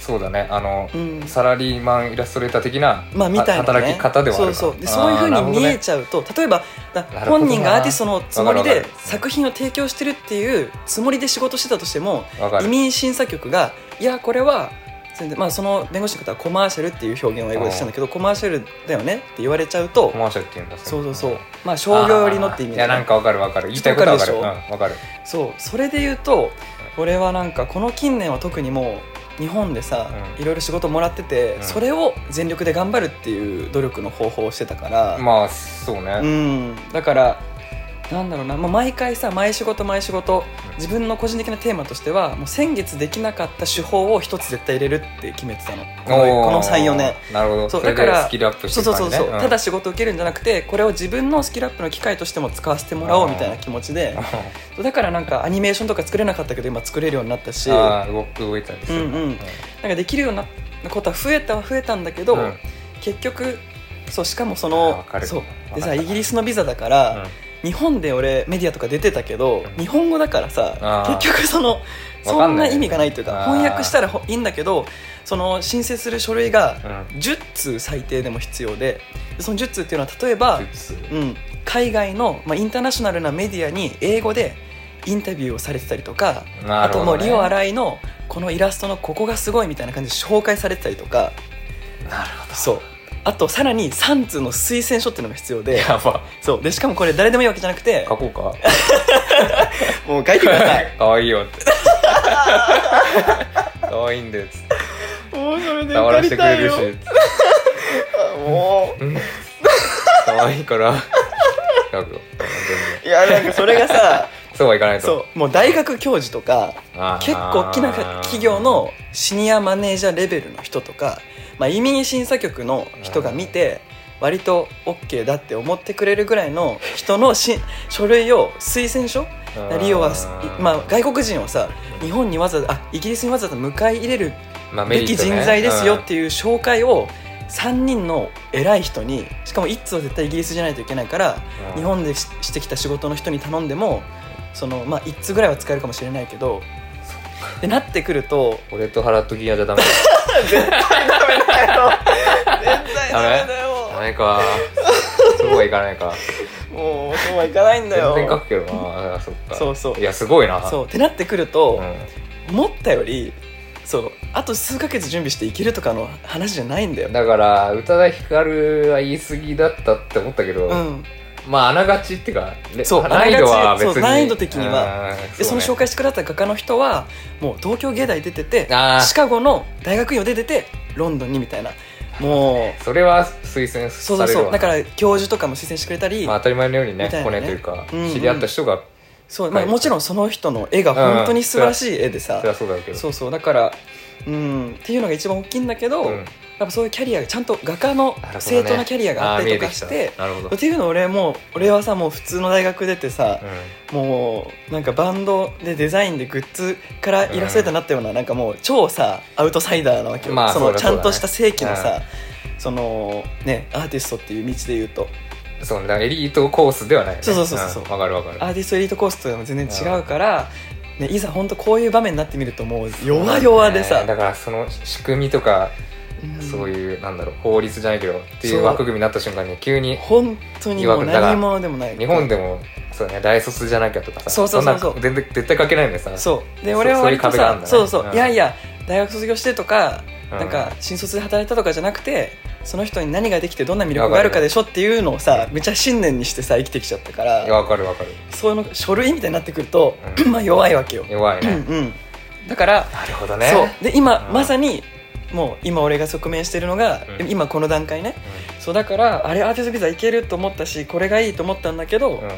Speaker 1: そうだねあの
Speaker 2: うん、
Speaker 1: サラリーマンイラストレーター的な
Speaker 2: まあみたいな、ね、
Speaker 1: 働き方ではあるから
Speaker 2: そうそうでそういうふうに見えちゃうと、例えばだ
Speaker 1: ほどな
Speaker 2: 本人がアーティストのつもり
Speaker 1: わかる
Speaker 2: で
Speaker 1: わかる
Speaker 2: 作品を提供してるっていうつもりで仕事してたとして
Speaker 1: あーな
Speaker 2: も
Speaker 1: るほどねわか
Speaker 2: 移
Speaker 1: る
Speaker 2: 民審査局がいやこれはそれでまあ、その弁護士の方はコマーシャルっていう表現を英語でしたんだけどコマーシャルだよねって言われちゃうと
Speaker 1: コマーシャルっていうんだ
Speaker 2: そうそうそう
Speaker 1: れ
Speaker 2: まあ商業寄りのって意味
Speaker 1: あーいやなんかわかるわかる言いたいことはわかるうんわかる
Speaker 2: そうそれで言うと俺はなんかこの近年は特にもう日本でさ、
Speaker 1: うん
Speaker 2: いろいろ仕事もらってて、
Speaker 1: うん
Speaker 2: それを全力で頑張るっていう努力の方法をしてたから、
Speaker 1: まあそうね、
Speaker 2: うんだからなんだろうな、まあ、毎回さ毎仕事毎仕事
Speaker 1: うん
Speaker 2: 自分の個人的なテーマとしてはもう先月できなかった手法を一つ絶対入れるって決めてたのこのこの34年
Speaker 1: なるほど
Speaker 2: そ
Speaker 1: そうれ
Speaker 2: だか
Speaker 1: で
Speaker 2: ら
Speaker 1: スキルアップして
Speaker 2: そう
Speaker 1: い
Speaker 2: そ
Speaker 1: く
Speaker 2: うそ
Speaker 1: 感じ
Speaker 2: う
Speaker 1: ね
Speaker 2: そう、
Speaker 1: ん
Speaker 2: ただ仕事を受けるんじゃなくてこれを自分のスキルアップの機会としても使わせてもらおうみたいな気持ちでそうだからなんかアニメーションとか作れなかったけど今作れるようになったし な
Speaker 1: あー動動いたりするな
Speaker 2: うんうんんかできるようになったことは増えたは増えたんだけど、
Speaker 1: うん
Speaker 2: 結局そうしかもそ
Speaker 1: あ
Speaker 2: の
Speaker 1: わかる
Speaker 2: そうで
Speaker 1: わか
Speaker 2: さ
Speaker 1: る
Speaker 2: イギリスのビザだから、日本で俺メディアとか出てたけど
Speaker 1: うん
Speaker 2: 日本語だからさ
Speaker 1: あー
Speaker 2: 結局その
Speaker 1: わ
Speaker 2: そ
Speaker 1: か
Speaker 2: ん
Speaker 1: んな
Speaker 2: ない
Speaker 1: よね
Speaker 2: 意味がないというか
Speaker 1: あー
Speaker 2: 翻訳したらほいいんだけどその申請する書類が
Speaker 1: うんうん
Speaker 2: 10通最低でも必要ででその10通っていうのは例えば、
Speaker 1: 術
Speaker 2: うん、海外の、まあ、インターナショナルなメディアに英語でインタビューをされてたりとか、
Speaker 1: な
Speaker 2: あ
Speaker 1: るほ
Speaker 2: と
Speaker 1: ど
Speaker 2: もう
Speaker 1: ね
Speaker 2: リオ新井のこのイラストのここがすごいみたいな感じで紹介されてたりとか
Speaker 1: なるほど
Speaker 2: そうあとさらに3通の推薦書っていうのが必要で
Speaker 1: やば
Speaker 2: そうでしかもこれ誰でもいいわけじゃなくて
Speaker 1: 書こうか
Speaker 2: もう書いてください
Speaker 1: かわいいよってかわいいんだよつって
Speaker 2: もうそれで
Speaker 1: 触らせてくれるしつって
Speaker 2: も
Speaker 1: うんかわいいから 書くよ本
Speaker 2: ういやなんかそれがさ
Speaker 1: 当にそうはいかないと
Speaker 2: そうもう大学教授とか
Speaker 1: あー
Speaker 2: 結構大きな企業のシニアマネージャーレベルの人とか、まあ、移民審査局の人が見て割と OK だって思ってくれるぐらいの人のし 書類を推薦書
Speaker 1: うん
Speaker 2: リオはす、まあ、外国人をさ日本にわざわざあイギリスにわざわざ迎え入れる
Speaker 1: まあメ
Speaker 2: べ
Speaker 1: リ
Speaker 2: き
Speaker 1: ット
Speaker 2: 人
Speaker 1: ね
Speaker 2: 材ですよっ
Speaker 1: う
Speaker 2: ていう紹介を3人の偉い人にしかも1つは絶対イギリスじゃないといけないから
Speaker 1: ん
Speaker 2: 日本でししてきた仕事の人に頼んでもその、まあ、1通ぐらいは使えるかもしれないけどってなってくると
Speaker 1: 俺とハラトギアじゃダメ
Speaker 2: ダメだよ絶対ダメだ
Speaker 1: ダ
Speaker 2: よ
Speaker 1: メかそうはいかないか
Speaker 2: もうそうはいかないんだ
Speaker 1: 全
Speaker 2: よ
Speaker 1: 然書くけどなあそっか
Speaker 2: そうそう
Speaker 1: やすごいな
Speaker 2: そうってなってくると
Speaker 1: う、ん
Speaker 2: 思ったよりそうあと数ヶ月準備していけるとかの話じゃないんだよ
Speaker 1: だから宇多田ヒカルは言い過ぎだったって思ったけど、
Speaker 2: うん
Speaker 1: まああながちっていうかね
Speaker 2: そう
Speaker 1: 難易度は
Speaker 2: あながち
Speaker 1: 別
Speaker 2: そう
Speaker 1: に
Speaker 2: 難易度的には
Speaker 1: うん
Speaker 2: でその
Speaker 1: そうね
Speaker 2: 紹介してくださった画家の人はもう東京芸大出てて
Speaker 1: あー
Speaker 2: シカゴの大学院を出ててロンドンにみたいなもう
Speaker 1: それは推薦
Speaker 2: そう
Speaker 1: さ
Speaker 2: そ
Speaker 1: れ
Speaker 2: う
Speaker 1: る
Speaker 2: そう
Speaker 1: わ
Speaker 2: だから教授とかも推薦してくれたり、
Speaker 1: まあ、当たり前のようにね
Speaker 2: みたい
Speaker 1: コ
Speaker 2: なね
Speaker 1: ネというか、
Speaker 2: うんうん
Speaker 1: 知り合った人が
Speaker 2: そうまあ、
Speaker 1: はい
Speaker 2: もちろんその人の絵が本当に素晴らしい絵でさ、
Speaker 1: そりゃそうだけど
Speaker 2: そうそうだからうんっていうのが一番大きいんだけど、
Speaker 1: うん
Speaker 2: やっぱそういうキャリアがちゃんと画家の
Speaker 1: なるほどね
Speaker 2: 正当なキャリアがあったりと
Speaker 1: あー見え
Speaker 2: か
Speaker 1: き
Speaker 2: したて
Speaker 1: なるほど、
Speaker 2: っていうのを俺もう俺はさもう普通の大学出てさ
Speaker 1: う、ん
Speaker 2: もうなんかバンドでデザインでグッズからイラストレーターになったような、なんかもう超さアウトサイダーなわけよ、
Speaker 1: まあ
Speaker 2: そ
Speaker 1: そう
Speaker 2: の
Speaker 1: だ
Speaker 2: ち
Speaker 1: そう
Speaker 2: ゃ
Speaker 1: だね
Speaker 2: んとした正規のさ、そのねアーティストっていう道で言うと
Speaker 1: そうだからエリートコースではないよね
Speaker 2: そうそうそうそう
Speaker 1: うんわ、かるわかる
Speaker 2: アーティストエリートコースというのも全然違うから、ね、いざ本当こういう場面になってみるともう弱々でさ、
Speaker 1: ねだからその仕組みとか、
Speaker 2: ん
Speaker 1: そういうなんだろう法律じゃないけどっていう枠組みになった瞬間に急に
Speaker 2: 本当にもう
Speaker 1: いわくだから
Speaker 2: 何者でもない
Speaker 1: 日本でもそうね大卒じゃなきゃとかさ
Speaker 2: そうそうそうそうん
Speaker 1: な全然絶対書けないんでさ
Speaker 2: そうで
Speaker 1: そう
Speaker 2: 俺は割と
Speaker 1: そういう壁があ
Speaker 2: さ
Speaker 1: るんだね
Speaker 2: そうそう
Speaker 1: うん
Speaker 2: いやいや大学卒業してとか、
Speaker 1: うん
Speaker 2: なんか新卒で働いたとかじゃなくてその人に何ができてどんな魅力があるかでしょっていうのをさめっちゃ信念にしてさ生きてきちゃったか
Speaker 1: いや
Speaker 2: ら
Speaker 1: わかるわかる
Speaker 2: そういうの書類みたいになってくると、
Speaker 1: う
Speaker 2: まあ弱いわけよ、
Speaker 1: 弱い
Speaker 2: うんう
Speaker 1: ね
Speaker 2: ん、だから、
Speaker 1: なるほどね
Speaker 2: そうで今、
Speaker 1: うん
Speaker 2: まさにもう今俺が直面してるのが、
Speaker 1: うん
Speaker 2: 今この段階ねそうだからあれアーティストビザいけると思ったしこれがいいと思ったんだけど、
Speaker 1: うんうん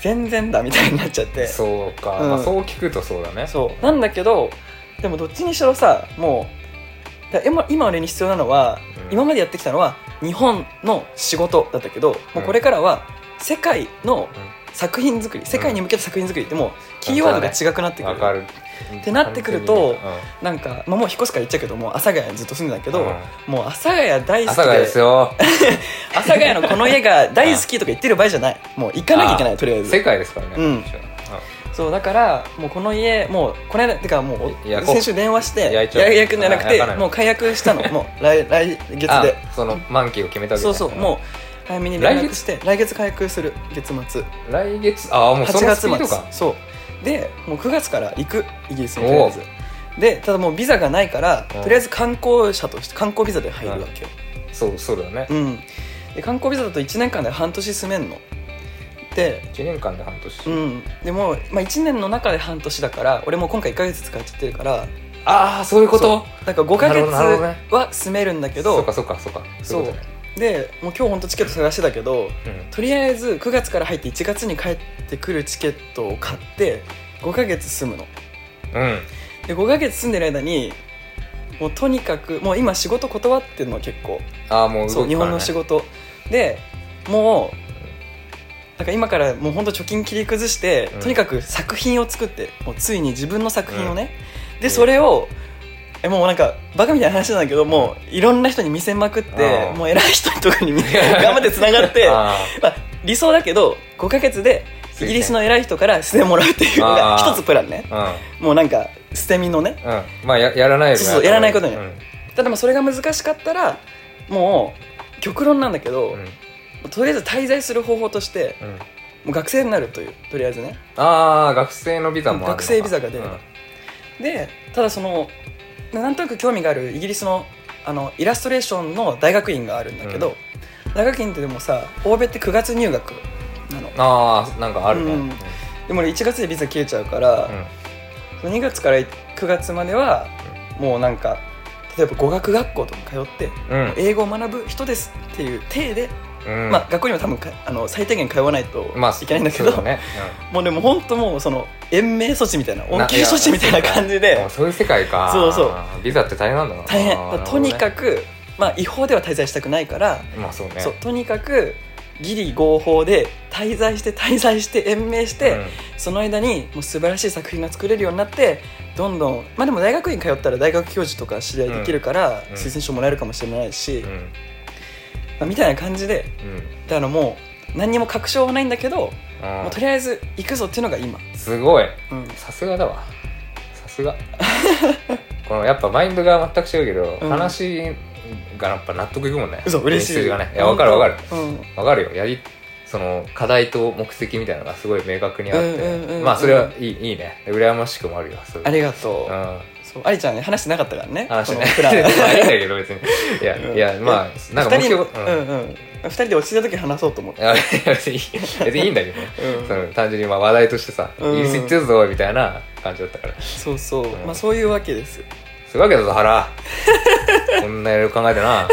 Speaker 2: 全然だみたいになっちゃって
Speaker 1: そうか
Speaker 2: うん
Speaker 1: まあそう聞くとそうだね
Speaker 2: そうなんだけどでもどっちにしろさもうだ今今俺に必要なのは、
Speaker 1: うん
Speaker 2: 今までやってきたのは日本の仕事だったけど、もうこれからは世界の作品作り世界に向けた作品作りってもうキーワードが違くなってく
Speaker 1: わ
Speaker 2: る,、
Speaker 1: かる
Speaker 2: ってなってくると
Speaker 1: 完全に
Speaker 2: なんか、まあ、もう引っ越すから言っちゃうけどもう阿佐ヶ谷にずっと住んでたけ
Speaker 1: う
Speaker 2: ど、
Speaker 1: ん
Speaker 2: もう阿佐ヶ谷大
Speaker 1: うん
Speaker 2: 好
Speaker 1: 阿佐
Speaker 2: きで
Speaker 1: ヶ谷ですよ
Speaker 2: 阿佐ヶ谷のこの家が大好きとか言ってる場合じゃないもう行かなきゃいけないとりあえず
Speaker 1: 世界ですからね
Speaker 2: うんそうだからもうこの家もうこの間てかもう
Speaker 1: いやこう
Speaker 2: 先週電話して
Speaker 1: 焼いちゃう
Speaker 2: や焼くんじゃなく
Speaker 1: あ焼
Speaker 2: て
Speaker 1: かない
Speaker 2: もう解約したの もう来来月
Speaker 1: あ
Speaker 2: で
Speaker 1: その満期を決めたわけ
Speaker 2: そ
Speaker 1: ね
Speaker 2: うそうもう早めに連
Speaker 1: 来
Speaker 2: 絡
Speaker 1: 月
Speaker 2: して来月解約する月末
Speaker 1: うん来月ああもうそ
Speaker 2: 8
Speaker 1: の
Speaker 2: 月
Speaker 1: スピード
Speaker 2: 末
Speaker 1: か
Speaker 2: そうでもう9月から行くイギリスにとりあえずでただもうビザがないから
Speaker 1: うん
Speaker 2: とりあえず観光者として観光ビザで入るわけよ
Speaker 1: そうそうだよね
Speaker 2: うんで観光ビザだと1年間で半年住めんので
Speaker 1: 1年間で半年
Speaker 2: うん、でも、まあ、1年の中で半年だから俺もう今回1か月使っちゃってるから
Speaker 1: ああそういうこと
Speaker 2: そうなんか5か
Speaker 1: なる
Speaker 2: 月
Speaker 1: ほどなるほどね
Speaker 2: は住めるんだけど
Speaker 1: そうかそうかそうかそういうことね
Speaker 2: でもう今日本当チケット探してたけ
Speaker 1: う
Speaker 2: ど
Speaker 1: ん
Speaker 2: とりあえず9月から入って1月に帰ってくるチケットを買って5か月住むの
Speaker 1: うん
Speaker 2: で5か月住んでる間にもうとにかくもう今仕事断ってるの結構
Speaker 1: ああもう
Speaker 2: そう日本の仕事でもうなんか今からもうほんと貯金切り崩して、
Speaker 1: うん
Speaker 2: とにかく作品を作ってもうついに自分の作品をね、
Speaker 1: うん
Speaker 2: でそれをえもうなんかバカみたいな話なんだけどもういろんな人に見せまくって
Speaker 1: うん
Speaker 2: もう偉い人とかに 見頑張ってつながって
Speaker 1: あ
Speaker 2: まあ、理想だけど5ヶ月でイギリスの偉い人から捨てもらうっていうのが
Speaker 1: あー
Speaker 2: 一つプランね
Speaker 1: あ
Speaker 2: もうなんか捨て身のね
Speaker 1: うんうんまあややらないよりは
Speaker 2: そうそうやらないことに
Speaker 1: うん
Speaker 2: ただまあそれが難しかったらもう極論なんだけど、
Speaker 1: うん
Speaker 2: とりあえず滞在する方法として
Speaker 1: うん
Speaker 2: もう学生になるというとりあえずね
Speaker 1: ああ学生のビザもあるのか
Speaker 2: 学生ビザが出
Speaker 1: う
Speaker 2: る
Speaker 1: ん
Speaker 2: でただそのななんとなく興味があるイギリスのあのイラストレーションの大学院があるんだけど、大学院ってでもさ欧米って9月入学なの
Speaker 1: ああなんかあるね
Speaker 2: う
Speaker 1: うんん
Speaker 2: でも俺1月でビザ消えちゃうから、その2月から9月まではもうなんか例えば語学学校とか通って
Speaker 1: うん
Speaker 2: 英語を学ぶ人ですっていう体で、
Speaker 1: うん
Speaker 2: まあ学校にも多分かあの最低限通わないと
Speaker 1: まあ
Speaker 2: いけないんだけど、
Speaker 1: そうね
Speaker 2: もうでも本当もうその延命措置みたいな
Speaker 1: うん
Speaker 2: 恩恵措置みたいな感じ
Speaker 1: いや
Speaker 2: で
Speaker 1: もうそういう世界か
Speaker 2: そうそう
Speaker 1: ビザって大変なんだな
Speaker 2: 大変
Speaker 1: あー
Speaker 2: とに
Speaker 1: な
Speaker 2: か
Speaker 1: る
Speaker 2: く、まあ、違法では滞在したくないから、
Speaker 1: ほどねまあそうね
Speaker 2: そうとにかくギリ合法で滞在して滞在して延命して、その間にもう素晴らしい作品が作れるようになってどんどんまあでも大学院通ったら大学教授とか知り合いできるから、
Speaker 1: うん
Speaker 2: 推薦書もらえるかもしれないし、
Speaker 1: うんう
Speaker 2: ま
Speaker 1: ん
Speaker 2: あ、みたいな感じで
Speaker 1: うん
Speaker 2: だからもう何にも確証はないんだけど、
Speaker 1: あー
Speaker 2: もうとりあえず行くぞっていうのが今。
Speaker 1: すごい
Speaker 2: うん
Speaker 1: さすがだわさす がこのやっぱマインドが全く違うけど、
Speaker 2: うん
Speaker 1: 話がやっぱ納得いくもんね
Speaker 2: 嘘嬉しい
Speaker 1: 練習がねいや分かる分かる、
Speaker 2: うん
Speaker 1: 分かるよやりその課題と目的みたいなのがすごい明確にあって、
Speaker 2: うんうんうんうん
Speaker 1: まあそれはいいいいね羨ましくもあるよそれ
Speaker 2: ありがとう、
Speaker 1: うん
Speaker 2: そうありちゃんね話してなかったからね
Speaker 1: 話
Speaker 2: こ
Speaker 1: ね
Speaker 2: のプ
Speaker 1: ま
Speaker 2: ラ
Speaker 1: あいいん
Speaker 2: ン
Speaker 1: だけど別に いや、
Speaker 2: うん
Speaker 1: いやまあなんか
Speaker 2: 二
Speaker 1: 目標、
Speaker 2: 人う
Speaker 1: うん
Speaker 2: んうん二人で落ち着いた時話そうと思っ
Speaker 1: い
Speaker 2: て、
Speaker 1: や別に別にいいんだけどね、
Speaker 2: うん
Speaker 1: その単純にまあ話題としてさ「
Speaker 2: うん
Speaker 1: イギリス行ってるぞ」みたいな感じだったから
Speaker 2: そうそう、
Speaker 1: ん
Speaker 2: まあそういうわけです
Speaker 1: すごいけどぞ 腹こんなやる考えてな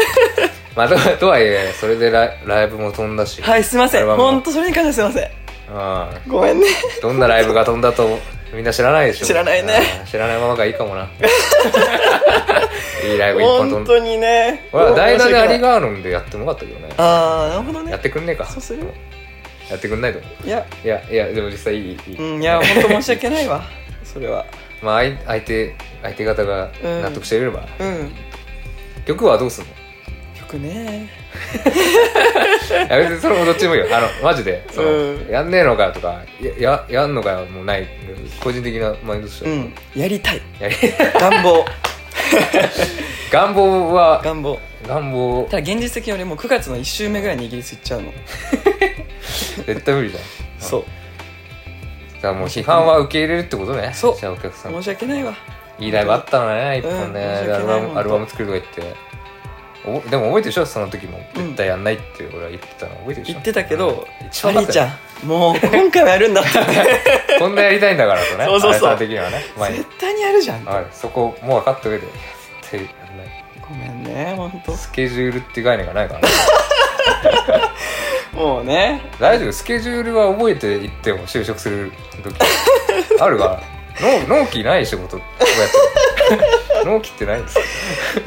Speaker 1: まあととはいえそれでライライブも飛んだし、
Speaker 2: はいすいませ
Speaker 1: ア
Speaker 2: ん
Speaker 1: ルバム
Speaker 2: 本当それに関してはすいま
Speaker 1: う
Speaker 2: せんごめんね
Speaker 1: ん、どんなライブが飛んだとみんな知らないでしょ
Speaker 2: 知らないね
Speaker 1: うん知らないままがいいか もないいライブ一本飛
Speaker 2: 本
Speaker 1: んだ
Speaker 2: 当にね
Speaker 1: 俺は代打でアリ
Speaker 2: が
Speaker 1: ガールンでやってもよかったけどね
Speaker 2: ああなるほど
Speaker 1: やっ
Speaker 2: ね
Speaker 1: てくんねえか
Speaker 2: そうする
Speaker 1: やってくんないと思う
Speaker 2: いや
Speaker 1: いやいやでも実際いいいい、
Speaker 2: うんいや本当申し訳ないわそれは
Speaker 1: まあ相相手相手方が納得してくれれば、
Speaker 2: うん
Speaker 1: 曲はどうすんの
Speaker 2: 曲ね
Speaker 1: いや別にそれもどっちでもいいよあのマジでその、
Speaker 2: うん
Speaker 1: やんねえのかとかやややんのかもうない個人的なマインドとして
Speaker 2: う
Speaker 1: は、
Speaker 2: んやりたい
Speaker 1: やり
Speaker 2: 願望
Speaker 1: 願望は
Speaker 2: 願望
Speaker 1: 願望
Speaker 2: ただ現実的に俺もう9月の1週目ぐらいにイギリス行っちゃうの
Speaker 1: 絶対無理じゃん
Speaker 2: そう
Speaker 1: だからもう批判は受け入れるってことね
Speaker 2: そう
Speaker 1: じゃあお客さん
Speaker 2: 申し訳ないわ
Speaker 1: いいライブあったのね一本ね、
Speaker 2: うん申し訳ない
Speaker 1: アルバ
Speaker 2: 本
Speaker 1: ム
Speaker 2: 当
Speaker 1: アルバム作るとか言っておぼでも覚えてるでしょその時も絶対やんないって俺は言ってたの覚えてるでしょ
Speaker 2: 言ってたけど
Speaker 1: うん一
Speaker 2: マ
Speaker 1: 番だった
Speaker 2: リーち
Speaker 1: よ
Speaker 2: ゃんもう今回はやるんだって
Speaker 1: こんなやりたいんだからとね
Speaker 2: そうそうそう
Speaker 1: あれさん的にはね前に
Speaker 2: 絶対にやるじゃん
Speaker 1: はいそこもう分かった上でいや絶対やんない
Speaker 2: ごめんね本
Speaker 1: スケジュールっていう概念がないからね
Speaker 2: 当もうね
Speaker 1: 大丈夫スケジュールは覚えていっても就職する時 あるが納納期ない仕事こうやって納期ってないんですよ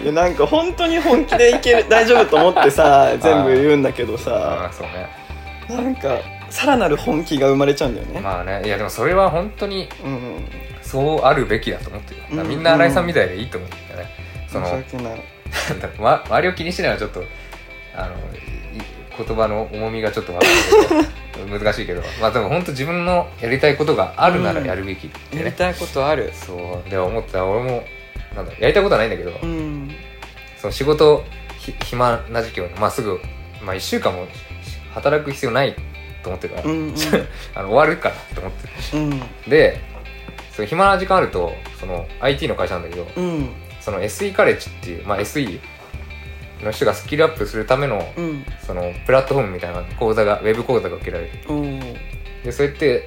Speaker 2: いやなんか本当に本気でいける大丈夫と思ってさ全部言うんだけど
Speaker 1: ああ
Speaker 2: さ
Speaker 1: そうね
Speaker 2: なんかさらなる本気が生まれちゃうんだよね、
Speaker 1: まあねいやでもそれは本当に
Speaker 2: うんうん
Speaker 1: そうあるべきだと思ってるだからみん
Speaker 2: う
Speaker 1: なん新井さんみたいでいいと思うんだよね、そ
Speaker 2: 申
Speaker 1: の
Speaker 2: し訳ない
Speaker 1: なんだま周りを気にしないのはちょっとあのい言葉の重みがちょっとわかんないけど 難しいけどまあでも本当自分のやりたいことがあるならやるべきって
Speaker 2: やり
Speaker 1: ね、
Speaker 2: たいことある
Speaker 1: そうでは思った俺もなんだやりたいことはないんだけど、
Speaker 2: うん
Speaker 1: その仕事ひ暇な時期は、まあ、すぐ、まあ、1週間も働く必要ないと思ってるから、
Speaker 2: うん
Speaker 1: あの終わるかなと思ってる
Speaker 2: うん
Speaker 1: でその暇な時間あるとその IT の会社なんだけど、
Speaker 2: うん
Speaker 1: その SE カレッジっていう、まあ、SE の人がスキルアップするための
Speaker 2: うん
Speaker 1: そのプラットフォームみたいな講座がウェブ講座が受けられる
Speaker 2: うん
Speaker 1: でそうやって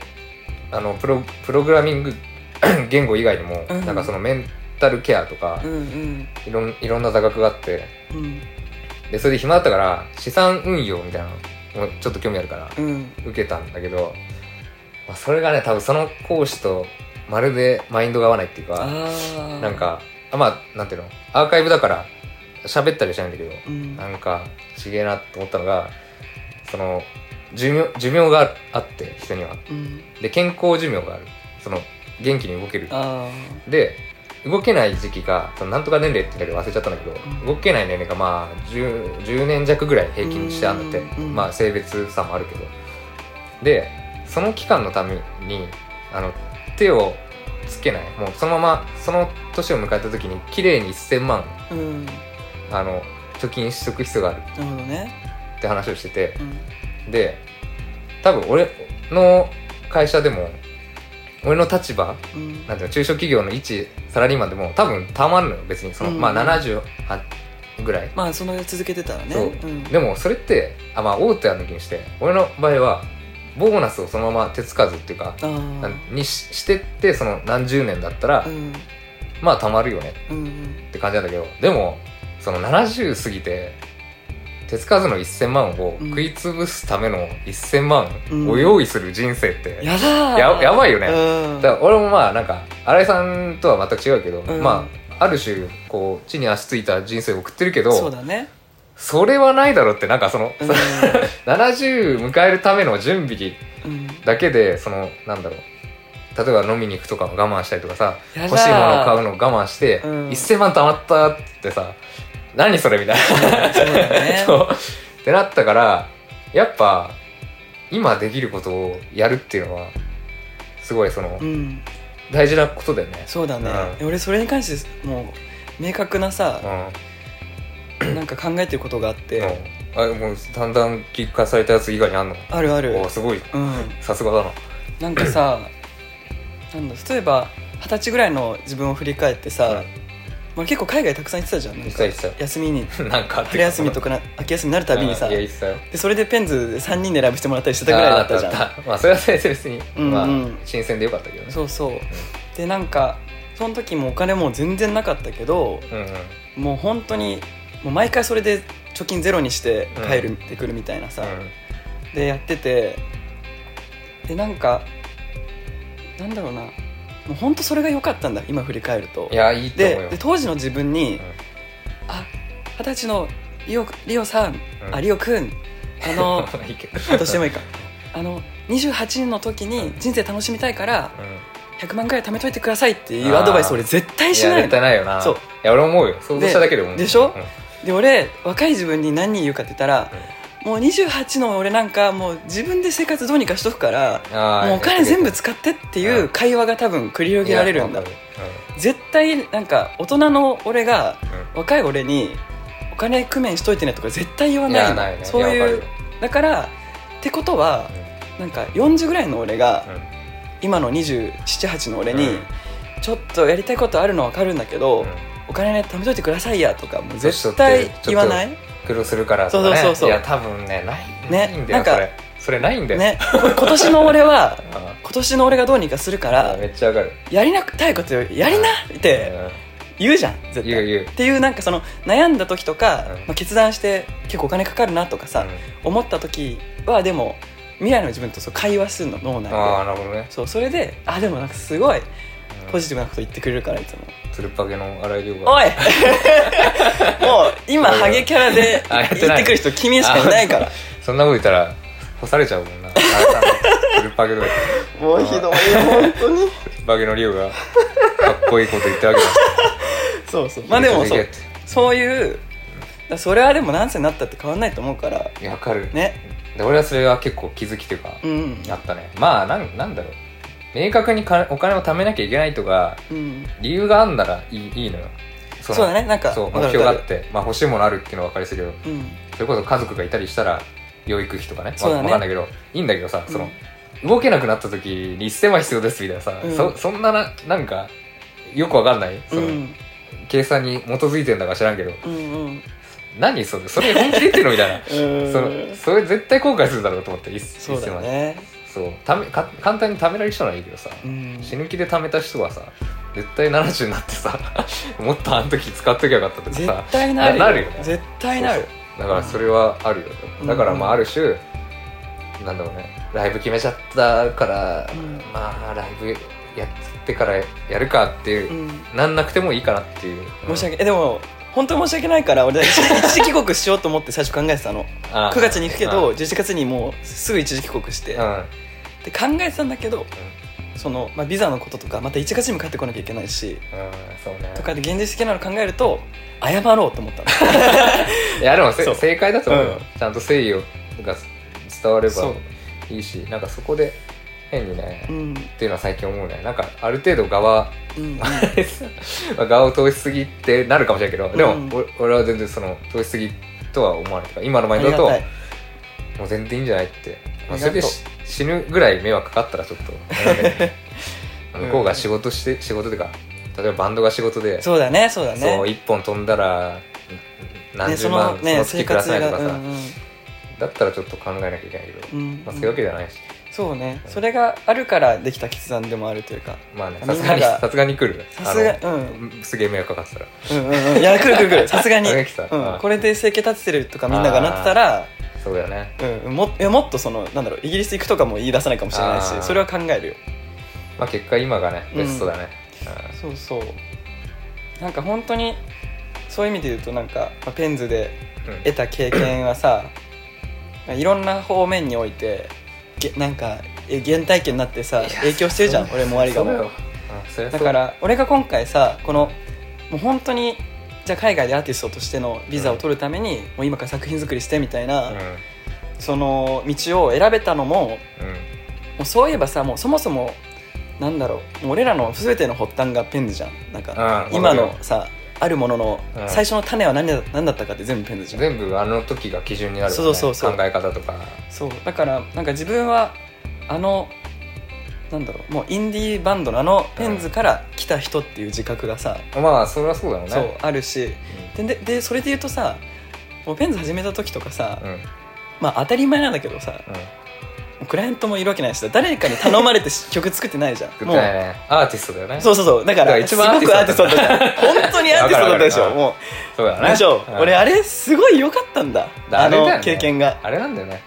Speaker 1: あのプロプログラミング 言語以外にも、
Speaker 2: うん
Speaker 1: なんかそのメンタルケアとか、
Speaker 2: うんうん
Speaker 1: いろんいろんな座学があって
Speaker 2: うん
Speaker 1: でそれで暇だったから資産運用みたいなのもちょっと興味あるから
Speaker 2: うん
Speaker 1: 受けたんだけど、まあ、それがね多分その講師とまるでマインドが合わないっていうか
Speaker 2: あ
Speaker 1: なんかあまあなんていうのアーカイブだから喋ったりしないんだけど
Speaker 2: うん
Speaker 1: なんかちげえなと思ったのがその寿命寿命があって人には
Speaker 2: うん
Speaker 1: で健康寿命があるその元気に動ける
Speaker 2: あ
Speaker 1: で動けない時期がそのなんとか年齢って言うんだけど忘れちゃったんだけど、
Speaker 2: うん
Speaker 1: 動けない年齢がまあ 10, 10年弱ぐらい平均してあるんだって、
Speaker 2: うんうん
Speaker 1: まあ性別差もあるけどでその期間のためにあの手をつけないもうそのままその年を迎えた時に綺麗に1000万
Speaker 2: あうんな
Speaker 1: あの貯金しとく必要がある
Speaker 2: るほどね
Speaker 1: って話をしてて
Speaker 2: うん
Speaker 1: で多分俺の会社でも俺の立場
Speaker 2: うん
Speaker 1: なんていうの中小企業の一サラリーマンでも多分たまんのよ別にその、
Speaker 2: うん
Speaker 1: まあ78ぐらい、
Speaker 2: まあその続けてたらね
Speaker 1: そうんでもそれってあまあ大手は抜きにして俺の場合はボーナスをそのまま手つかずっていうか、
Speaker 2: あ
Speaker 1: なん
Speaker 2: ー
Speaker 1: にししてってその何十年だったら、
Speaker 2: うん
Speaker 1: まあたまるよね
Speaker 2: うんうん
Speaker 1: って感じなんだけどでもその70過ぎて手つかずの1000万を
Speaker 2: うん
Speaker 1: 食い潰すための1000万
Speaker 2: うん
Speaker 1: を用意する人生って、
Speaker 2: やだー
Speaker 1: ややばいよね、
Speaker 2: うん
Speaker 1: だから俺もまあなんか新井さんとは全く違うけど、
Speaker 2: うん
Speaker 1: まあある種こう地に足ついた人生を送ってるけど
Speaker 2: そう
Speaker 1: そ
Speaker 2: だね
Speaker 1: れはないだろうってなんかその、
Speaker 2: うん
Speaker 1: 70迎えるための準備
Speaker 2: うん
Speaker 1: だけでそのなんだろう例えば飲みに行くとかを我慢したりとかさ
Speaker 2: やだー
Speaker 1: 欲しいものを 買うのを我慢して、
Speaker 2: うん
Speaker 1: 1000万貯まったってさ何それみたい
Speaker 2: そうだ
Speaker 1: な、
Speaker 2: ね
Speaker 1: そうってなったからやっぱ今できることをやるっていうのはすごいその
Speaker 2: うん
Speaker 1: 大事なことだよね。
Speaker 2: そうだね
Speaker 1: うん、
Speaker 2: で俺それに関してもう明確な
Speaker 1: う
Speaker 2: さ、
Speaker 1: ん
Speaker 2: なんか考えてることがあって、
Speaker 1: うん、あもうだんだん聞かされたやつ以外にあんの
Speaker 2: あるある
Speaker 1: おーすごい
Speaker 2: うん
Speaker 1: さすがだな
Speaker 2: なんかさなんだ例えば二十歳ぐらいの自分を振り返ってさ、まあ、結構海外たくさん行ってたじゃんなん
Speaker 1: 一
Speaker 2: か
Speaker 1: 切一切
Speaker 2: 休みに
Speaker 1: なんかあって
Speaker 2: 春休みと
Speaker 1: か
Speaker 2: かな秋休みになるたびにさ
Speaker 1: いや
Speaker 2: で
Speaker 1: 一切よ
Speaker 2: それでペンズ3人でライブしてもらったりしてたぐらいだったじゃん
Speaker 1: あーああまあそれは先生別に、
Speaker 2: うんうん
Speaker 1: まあ、新鮮でよかったけどね
Speaker 2: そうそうでなんかその時もお金もう全然なかったけど
Speaker 1: うんうん
Speaker 2: もう本当にもう毎回それで貯金ゼロにして帰る、ってくるみたいなさ、でやっててでなんかなんだろうなもう本当それが良かったんだ今振り返ると
Speaker 1: いやいいと思う
Speaker 2: で
Speaker 1: よ
Speaker 2: で当時の自分に「
Speaker 1: ん
Speaker 2: あ二十歳のリオリオさ
Speaker 1: う
Speaker 2: ん、
Speaker 1: ん
Speaker 2: あリオくんあの
Speaker 1: いいけど
Speaker 2: 私でもいいかあの28の時に人生楽しみたいから
Speaker 1: うん
Speaker 2: 100万ぐらい貯めといてください」っていうアドバイス俺絶対し
Speaker 1: や
Speaker 2: ない
Speaker 1: 絶対
Speaker 2: の
Speaker 1: ないよな
Speaker 2: そう
Speaker 1: いや俺思うよ想像しただけで思う
Speaker 2: ででしょ
Speaker 1: うん
Speaker 2: で俺若い自分に何人言うかって言ったら、もう28の俺なんかもう自分で生活どうにかしとくから
Speaker 1: あー
Speaker 2: もうお金全部使ってってい
Speaker 1: うん
Speaker 2: う会話が多分繰り広げられるんだ
Speaker 1: いやわかる
Speaker 2: 絶対なんか大人の俺が
Speaker 1: うんうん
Speaker 2: 若い俺にお金工面しといてねとか絶対言わ
Speaker 1: い
Speaker 2: ない
Speaker 1: や
Speaker 2: の
Speaker 1: ないね
Speaker 2: そう
Speaker 1: やわか
Speaker 2: い
Speaker 1: る
Speaker 2: うだからってことはなんか40ぐらいの俺が
Speaker 1: よ
Speaker 2: 今の278の俺
Speaker 1: うん
Speaker 2: にちょっとやりたいことあるの分かるんだけど
Speaker 1: うん
Speaker 2: お金ね貯めといてくださいやとかも
Speaker 1: ち
Speaker 2: う
Speaker 1: ょっ
Speaker 2: 絶
Speaker 1: と
Speaker 2: 対言わない
Speaker 1: 苦労するからとかね
Speaker 2: そうそうそうそう
Speaker 1: いや多分ねない,、
Speaker 2: ね
Speaker 1: ないんだよ
Speaker 2: なんか
Speaker 1: それそれないんだよ、
Speaker 2: ねこ今年の俺は
Speaker 1: うん
Speaker 2: 今年の俺がどうにかするから
Speaker 1: めっちゃわかる、
Speaker 2: やりなくたいことよやりなって言うじゃん絶
Speaker 1: う
Speaker 2: 対
Speaker 1: ん、言う言う
Speaker 2: っていうなんかその悩んだ時とか、
Speaker 1: うん
Speaker 2: まあ、決断して結構お金かかるなとかさ、
Speaker 1: うん
Speaker 2: 思った時はでも未来の自分とそう会話するの脳内
Speaker 1: ああ
Speaker 2: で
Speaker 1: なるほどね、
Speaker 2: そうそれであでもなんかすごい
Speaker 1: うん
Speaker 2: ポジティブなこと言ってくれるからいつも
Speaker 1: つるっぱげの荒井亮
Speaker 2: 「
Speaker 1: が
Speaker 2: おいもう今ハゲキャラで
Speaker 1: あやって
Speaker 2: 言
Speaker 1: ない
Speaker 2: ってくる人君しかいな いから
Speaker 1: そんなこと言ったら干されちゃうもんなあれさつるっぱげとか言って
Speaker 2: もうひどい本当に
Speaker 1: つるっぱげの亮がかっこいいこと言ってるわけだ
Speaker 2: そう そうまあでも
Speaker 1: いけ
Speaker 2: そ
Speaker 1: るいうける
Speaker 2: そういうだからそれはでも何歳になったって変わんないと思うから
Speaker 1: っていやわかる、
Speaker 2: ね
Speaker 1: で俺はそれは結構気づきというか、
Speaker 2: うん
Speaker 1: あったねまあなんなんだろう明確にかお金を貯めなきゃいけないとか
Speaker 2: うん
Speaker 1: 理由があんならいいいいのよそ
Speaker 2: そう
Speaker 1: の
Speaker 2: だねなんか
Speaker 1: そう
Speaker 2: わかる
Speaker 1: 目標があ
Speaker 2: わか
Speaker 1: っ
Speaker 2: る
Speaker 1: て、まあ、欲しいものあるっていうのは分かりすぎるけ
Speaker 2: うん
Speaker 1: どそれこそ家族がいたりしたら養育費とかね
Speaker 2: そうだね
Speaker 1: 分かんないけどいいんだけどさその、
Speaker 2: うん
Speaker 1: 動けなくなった時に1000万必要ですみたいなさ、
Speaker 2: うん
Speaker 1: そそんなななんかよく分かんないその、
Speaker 2: うん
Speaker 1: 計算に基づいてんだか知らんけど
Speaker 2: うんうん
Speaker 1: 何それそれ本気で言ってるのみたいな その
Speaker 2: そ
Speaker 1: それ絶対後悔するだろうと思って一
Speaker 2: うだよね、
Speaker 1: そうためか簡単に貯められる人ならいいけどさ、
Speaker 2: うん、
Speaker 1: 死ぬ気で貯めた人はさ絶対70になってさ もっとあの時使っときゃよかったとか
Speaker 2: 絶
Speaker 1: さ
Speaker 2: 対なる
Speaker 1: ななるよね
Speaker 2: 絶対なる
Speaker 1: そうそうだからそれはあるよ、
Speaker 2: うん
Speaker 1: だからまあある種なんだろうねライブ決めちゃったから、
Speaker 2: うん
Speaker 1: まあライブやってからやるかっていう、
Speaker 2: うん
Speaker 1: なんなくてもいいかなっていう、
Speaker 2: 申し訳えでも本当に申し訳ないから 俺一時一時帰国しようと思って最初考えてたの
Speaker 1: あ
Speaker 2: 9月に行くけど
Speaker 1: うん
Speaker 2: 11月にもうすぐ一時帰国して
Speaker 1: う
Speaker 2: で
Speaker 1: ん
Speaker 2: 考えてたんだけどその、まあ、ビザのこととかまた1月にも帰ってこなきゃいけないし
Speaker 1: うんそうね
Speaker 2: とかで現実的なの考えると謝ろう と思ったの
Speaker 1: いやでもせ
Speaker 2: そう
Speaker 1: 正解だと思うよ、
Speaker 2: う
Speaker 1: ちゃんと誠意をが伝われば
Speaker 2: そ
Speaker 1: いいしなんかそこで変にね、
Speaker 2: う
Speaker 1: っ
Speaker 2: ん
Speaker 1: ていうのは最近思うねなんかある程度側
Speaker 2: う ん
Speaker 1: まあ側を通しすぎってなるかもしれないけどでも、
Speaker 2: うん
Speaker 1: お俺は全然その通しすぎとは思わないとか今の
Speaker 2: あ
Speaker 1: マイン
Speaker 2: り
Speaker 1: ド
Speaker 2: が
Speaker 1: だと
Speaker 2: たい
Speaker 1: もう全然いいんじゃないって、まあ、
Speaker 2: あり
Speaker 1: それ
Speaker 2: がとう
Speaker 1: でし死ぬぐらい迷惑かかったらちょっと
Speaker 2: うん
Speaker 1: 向こうが仕事して仕事というか例えばバンドが仕事で
Speaker 2: そうだねそうだ
Speaker 1: そう
Speaker 2: ね
Speaker 1: 一本飛んだら何
Speaker 2: ね
Speaker 1: 十万、その月くださいとかさ、
Speaker 2: うんうん
Speaker 1: だったらちょっと考えなきゃいけないけど、
Speaker 2: うん
Speaker 1: まあ、そういうわけじゃないし、
Speaker 2: そうねそれがあるからできた決断でもあるというか
Speaker 1: まあねさ
Speaker 2: みんな
Speaker 1: すがに
Speaker 2: が
Speaker 1: さすがに来る
Speaker 2: さすが
Speaker 1: あ
Speaker 2: うん
Speaker 1: のすげえ迷惑かかってたら
Speaker 2: うんうんうん、いや、くるくるくる、さすがに。
Speaker 1: さす
Speaker 2: う
Speaker 1: がに来た
Speaker 2: ん
Speaker 1: あ、
Speaker 2: これで生計立ててるとか、みんながなってたら、
Speaker 1: そうだよね
Speaker 2: うん、も、いや、もっとその、なんだろう、イギリス行くとかも言い出さないかもしれない
Speaker 1: あ
Speaker 2: し、
Speaker 1: ー
Speaker 2: それは考えるよ。
Speaker 1: まあ結果今がね
Speaker 2: う
Speaker 1: ベ
Speaker 2: ん
Speaker 1: ストだね、
Speaker 2: そうそう。なんか本当に、そういう意味で言うと、なんか、まあペンズで
Speaker 1: うんうん
Speaker 2: 得た経験はさ。まあいろんな方面において、げなんか、え原体験になってさ、影響してるじゃん、俺もありが
Speaker 1: そうだ
Speaker 2: も
Speaker 1: よ。うんそりゃそ
Speaker 2: だ
Speaker 1: う
Speaker 2: から、俺が今回さ、この、もう本当に。じゃあ海外でアーティストとしてのビザを取るために、もう今から作品作りしてみたいな、
Speaker 1: うんうん
Speaker 2: その道を選べたのももうそういえばさもうそもそもなんだろうもう俺らの全ての発端がペンズじゃんなんか
Speaker 1: うん
Speaker 2: 今
Speaker 1: わ
Speaker 2: の
Speaker 1: かる
Speaker 2: さあるものの
Speaker 1: うん
Speaker 2: 最初の種は何だ何だったかって全部ペンズじゃん
Speaker 1: 全部あの時が基準になるよね
Speaker 2: そうそうそう
Speaker 1: 考え方とか
Speaker 2: そうだからなんか自分はあのなんだろうもうインディーバンドのあのペンズから来た人っていう自覚がさ、
Speaker 1: まあそれはそうだろうね
Speaker 2: そうあるしでででそれで言うとさもうペンズ始めた時とかさ、
Speaker 1: うんうん
Speaker 2: まあ当たり前なんだけどさ
Speaker 1: うん
Speaker 2: クライアントもいるわけないしさ誰かに頼まれてし 曲作ってないじゃん
Speaker 1: 作っ
Speaker 2: も
Speaker 1: て
Speaker 2: う
Speaker 1: ないねアーティストだよね
Speaker 2: そうそうそうだか
Speaker 1: だからら
Speaker 2: す
Speaker 1: 一
Speaker 2: ご
Speaker 1: 番
Speaker 2: くアーティストだ
Speaker 1: アー
Speaker 2: っ
Speaker 1: ティストだ
Speaker 2: た本当にアーティストだったでし
Speaker 1: わかるわか
Speaker 2: ょ
Speaker 1: る
Speaker 2: も
Speaker 1: そうだ
Speaker 2: う
Speaker 1: ね
Speaker 2: でしょ
Speaker 1: うん
Speaker 2: 俺あれすごい良かったんだ
Speaker 1: だ
Speaker 2: あ
Speaker 1: あれだよ
Speaker 2: の
Speaker 1: ね
Speaker 2: 経験が
Speaker 1: あれなんだよね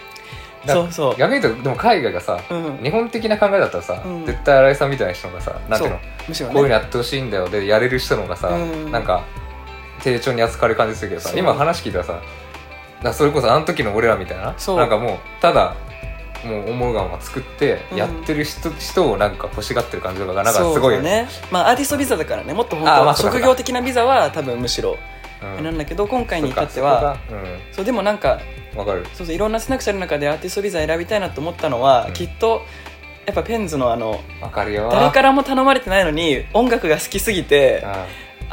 Speaker 1: だ
Speaker 2: そうそう
Speaker 1: 逆に言うとでも海外がさ
Speaker 2: うん
Speaker 1: 日本的な考えだったらさ、
Speaker 2: うん
Speaker 1: 絶対新井さんみたいな人がさなんていうの
Speaker 2: むしろ
Speaker 1: こういうの
Speaker 2: ね
Speaker 1: やってほしいんだよでやれる人の方がさ、
Speaker 2: うん
Speaker 1: なんか丁重に扱われる感じするけどさ
Speaker 2: そう
Speaker 1: 今話聞いたらさだからそれこそあの時の俺らみたいな
Speaker 2: そう
Speaker 1: なんかもうただもう思うがまま作って
Speaker 2: うん
Speaker 1: やってる人,、人をなんか欲しがってる感じとかがなん
Speaker 2: そ
Speaker 1: か
Speaker 2: う
Speaker 1: すごい
Speaker 2: だねまあアーティストビザだからねもっと本
Speaker 1: あー
Speaker 2: 当
Speaker 1: まあ
Speaker 2: は
Speaker 1: そうか
Speaker 2: 職業的なビザは多分むしろ
Speaker 1: うん
Speaker 2: なんだけど今回
Speaker 1: そ
Speaker 2: に
Speaker 1: う
Speaker 2: 至
Speaker 1: か
Speaker 2: っては
Speaker 1: そこが
Speaker 2: そうでもなんか
Speaker 1: うんわかる
Speaker 2: そうそういろんなスナクシャルの中でアーティストビザ選びたいなと思ったのは
Speaker 1: うん
Speaker 2: きっとやっぱペンズのあの
Speaker 1: わかるよ
Speaker 2: 誰からも頼まれてないのに音楽が好きすぎて
Speaker 1: うん
Speaker 2: あ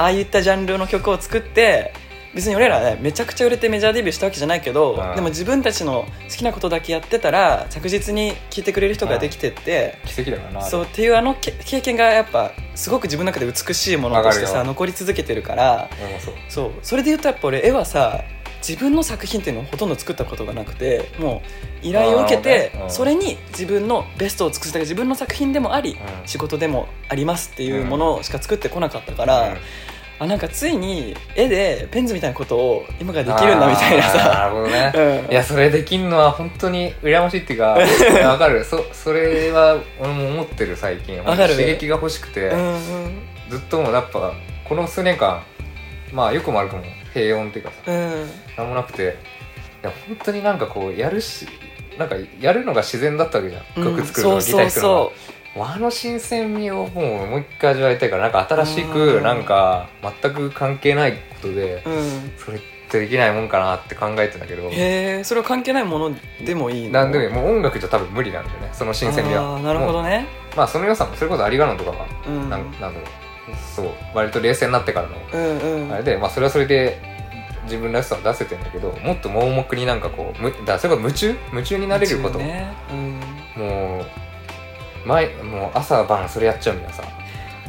Speaker 2: あいったジャンルの曲を作って別に俺らねめちゃくちゃ売れてメジャーデビューしたわけじゃないけど、
Speaker 1: うん
Speaker 2: でも自分たちの好きなことだけやってたら着実に聞いてくれる人ができてって、
Speaker 1: 奇跡だからな
Speaker 2: そうっていうあのけ経験がやっぱすごく自分の中で美しいものと
Speaker 1: わ
Speaker 2: して
Speaker 1: かる
Speaker 2: さ
Speaker 1: よ
Speaker 2: 残り続けてるから
Speaker 1: 俺もそう
Speaker 2: そうそれで言うとやっぱ俺絵はさ自分の作品っていうのをほとんど作ったことがなくてもう依頼を受けて
Speaker 1: あーなるほどねうん
Speaker 2: それに自分のベストを尽くすだけ自分の作品でもあり
Speaker 1: うん
Speaker 2: 仕事でもありますっていうものしか作ってこなかったから、
Speaker 1: うん
Speaker 2: あなんかついに絵でペンズみたいなことを今からできるんだみたいなさ。
Speaker 1: あーなるほどね
Speaker 2: うん
Speaker 1: いやそれできんのは本当に羨ましいっていう かいやわかるそそれは俺も思ってる最近
Speaker 2: わかる
Speaker 1: 刺激が欲しくて、
Speaker 2: うんうん
Speaker 1: ずっともうやっぱこの数年間まあよくも悪くも平穏っていうかさ
Speaker 2: うん
Speaker 1: なんもなくていや本当になんかこうやるしなんかやるのが自然だったわけじゃん、
Speaker 2: うん
Speaker 1: 曲作るの
Speaker 2: そう
Speaker 1: がギター作
Speaker 2: そう
Speaker 1: るのが
Speaker 2: そ
Speaker 1: もうあの新鮮味をもうもう一回味わいたいからなんか新し
Speaker 2: う
Speaker 1: く
Speaker 2: ん
Speaker 1: なんか全く関係ないことで
Speaker 2: う、うん、
Speaker 1: それってできないもんかなって考えてんだけど
Speaker 2: へえそれは関係ないものでもいいの
Speaker 1: なんでもいいもう音楽じゃ多分無理なんだよねその新鮮味は
Speaker 2: あーなるほ
Speaker 1: も
Speaker 2: どね
Speaker 1: うまあその良さもそれこそアリガノとかは、
Speaker 2: うん
Speaker 1: なんなんだろうそう割と冷静になってからの
Speaker 2: うんうん
Speaker 1: あれで、まあ、それはそれで自分らしさを出せてんだけどもっと盲目になんかこうむだからそれこそ夢中夢中になれること、
Speaker 2: 宇宙ねうん
Speaker 1: もう毎もう朝晩それやっちゃうみたいなさ、あ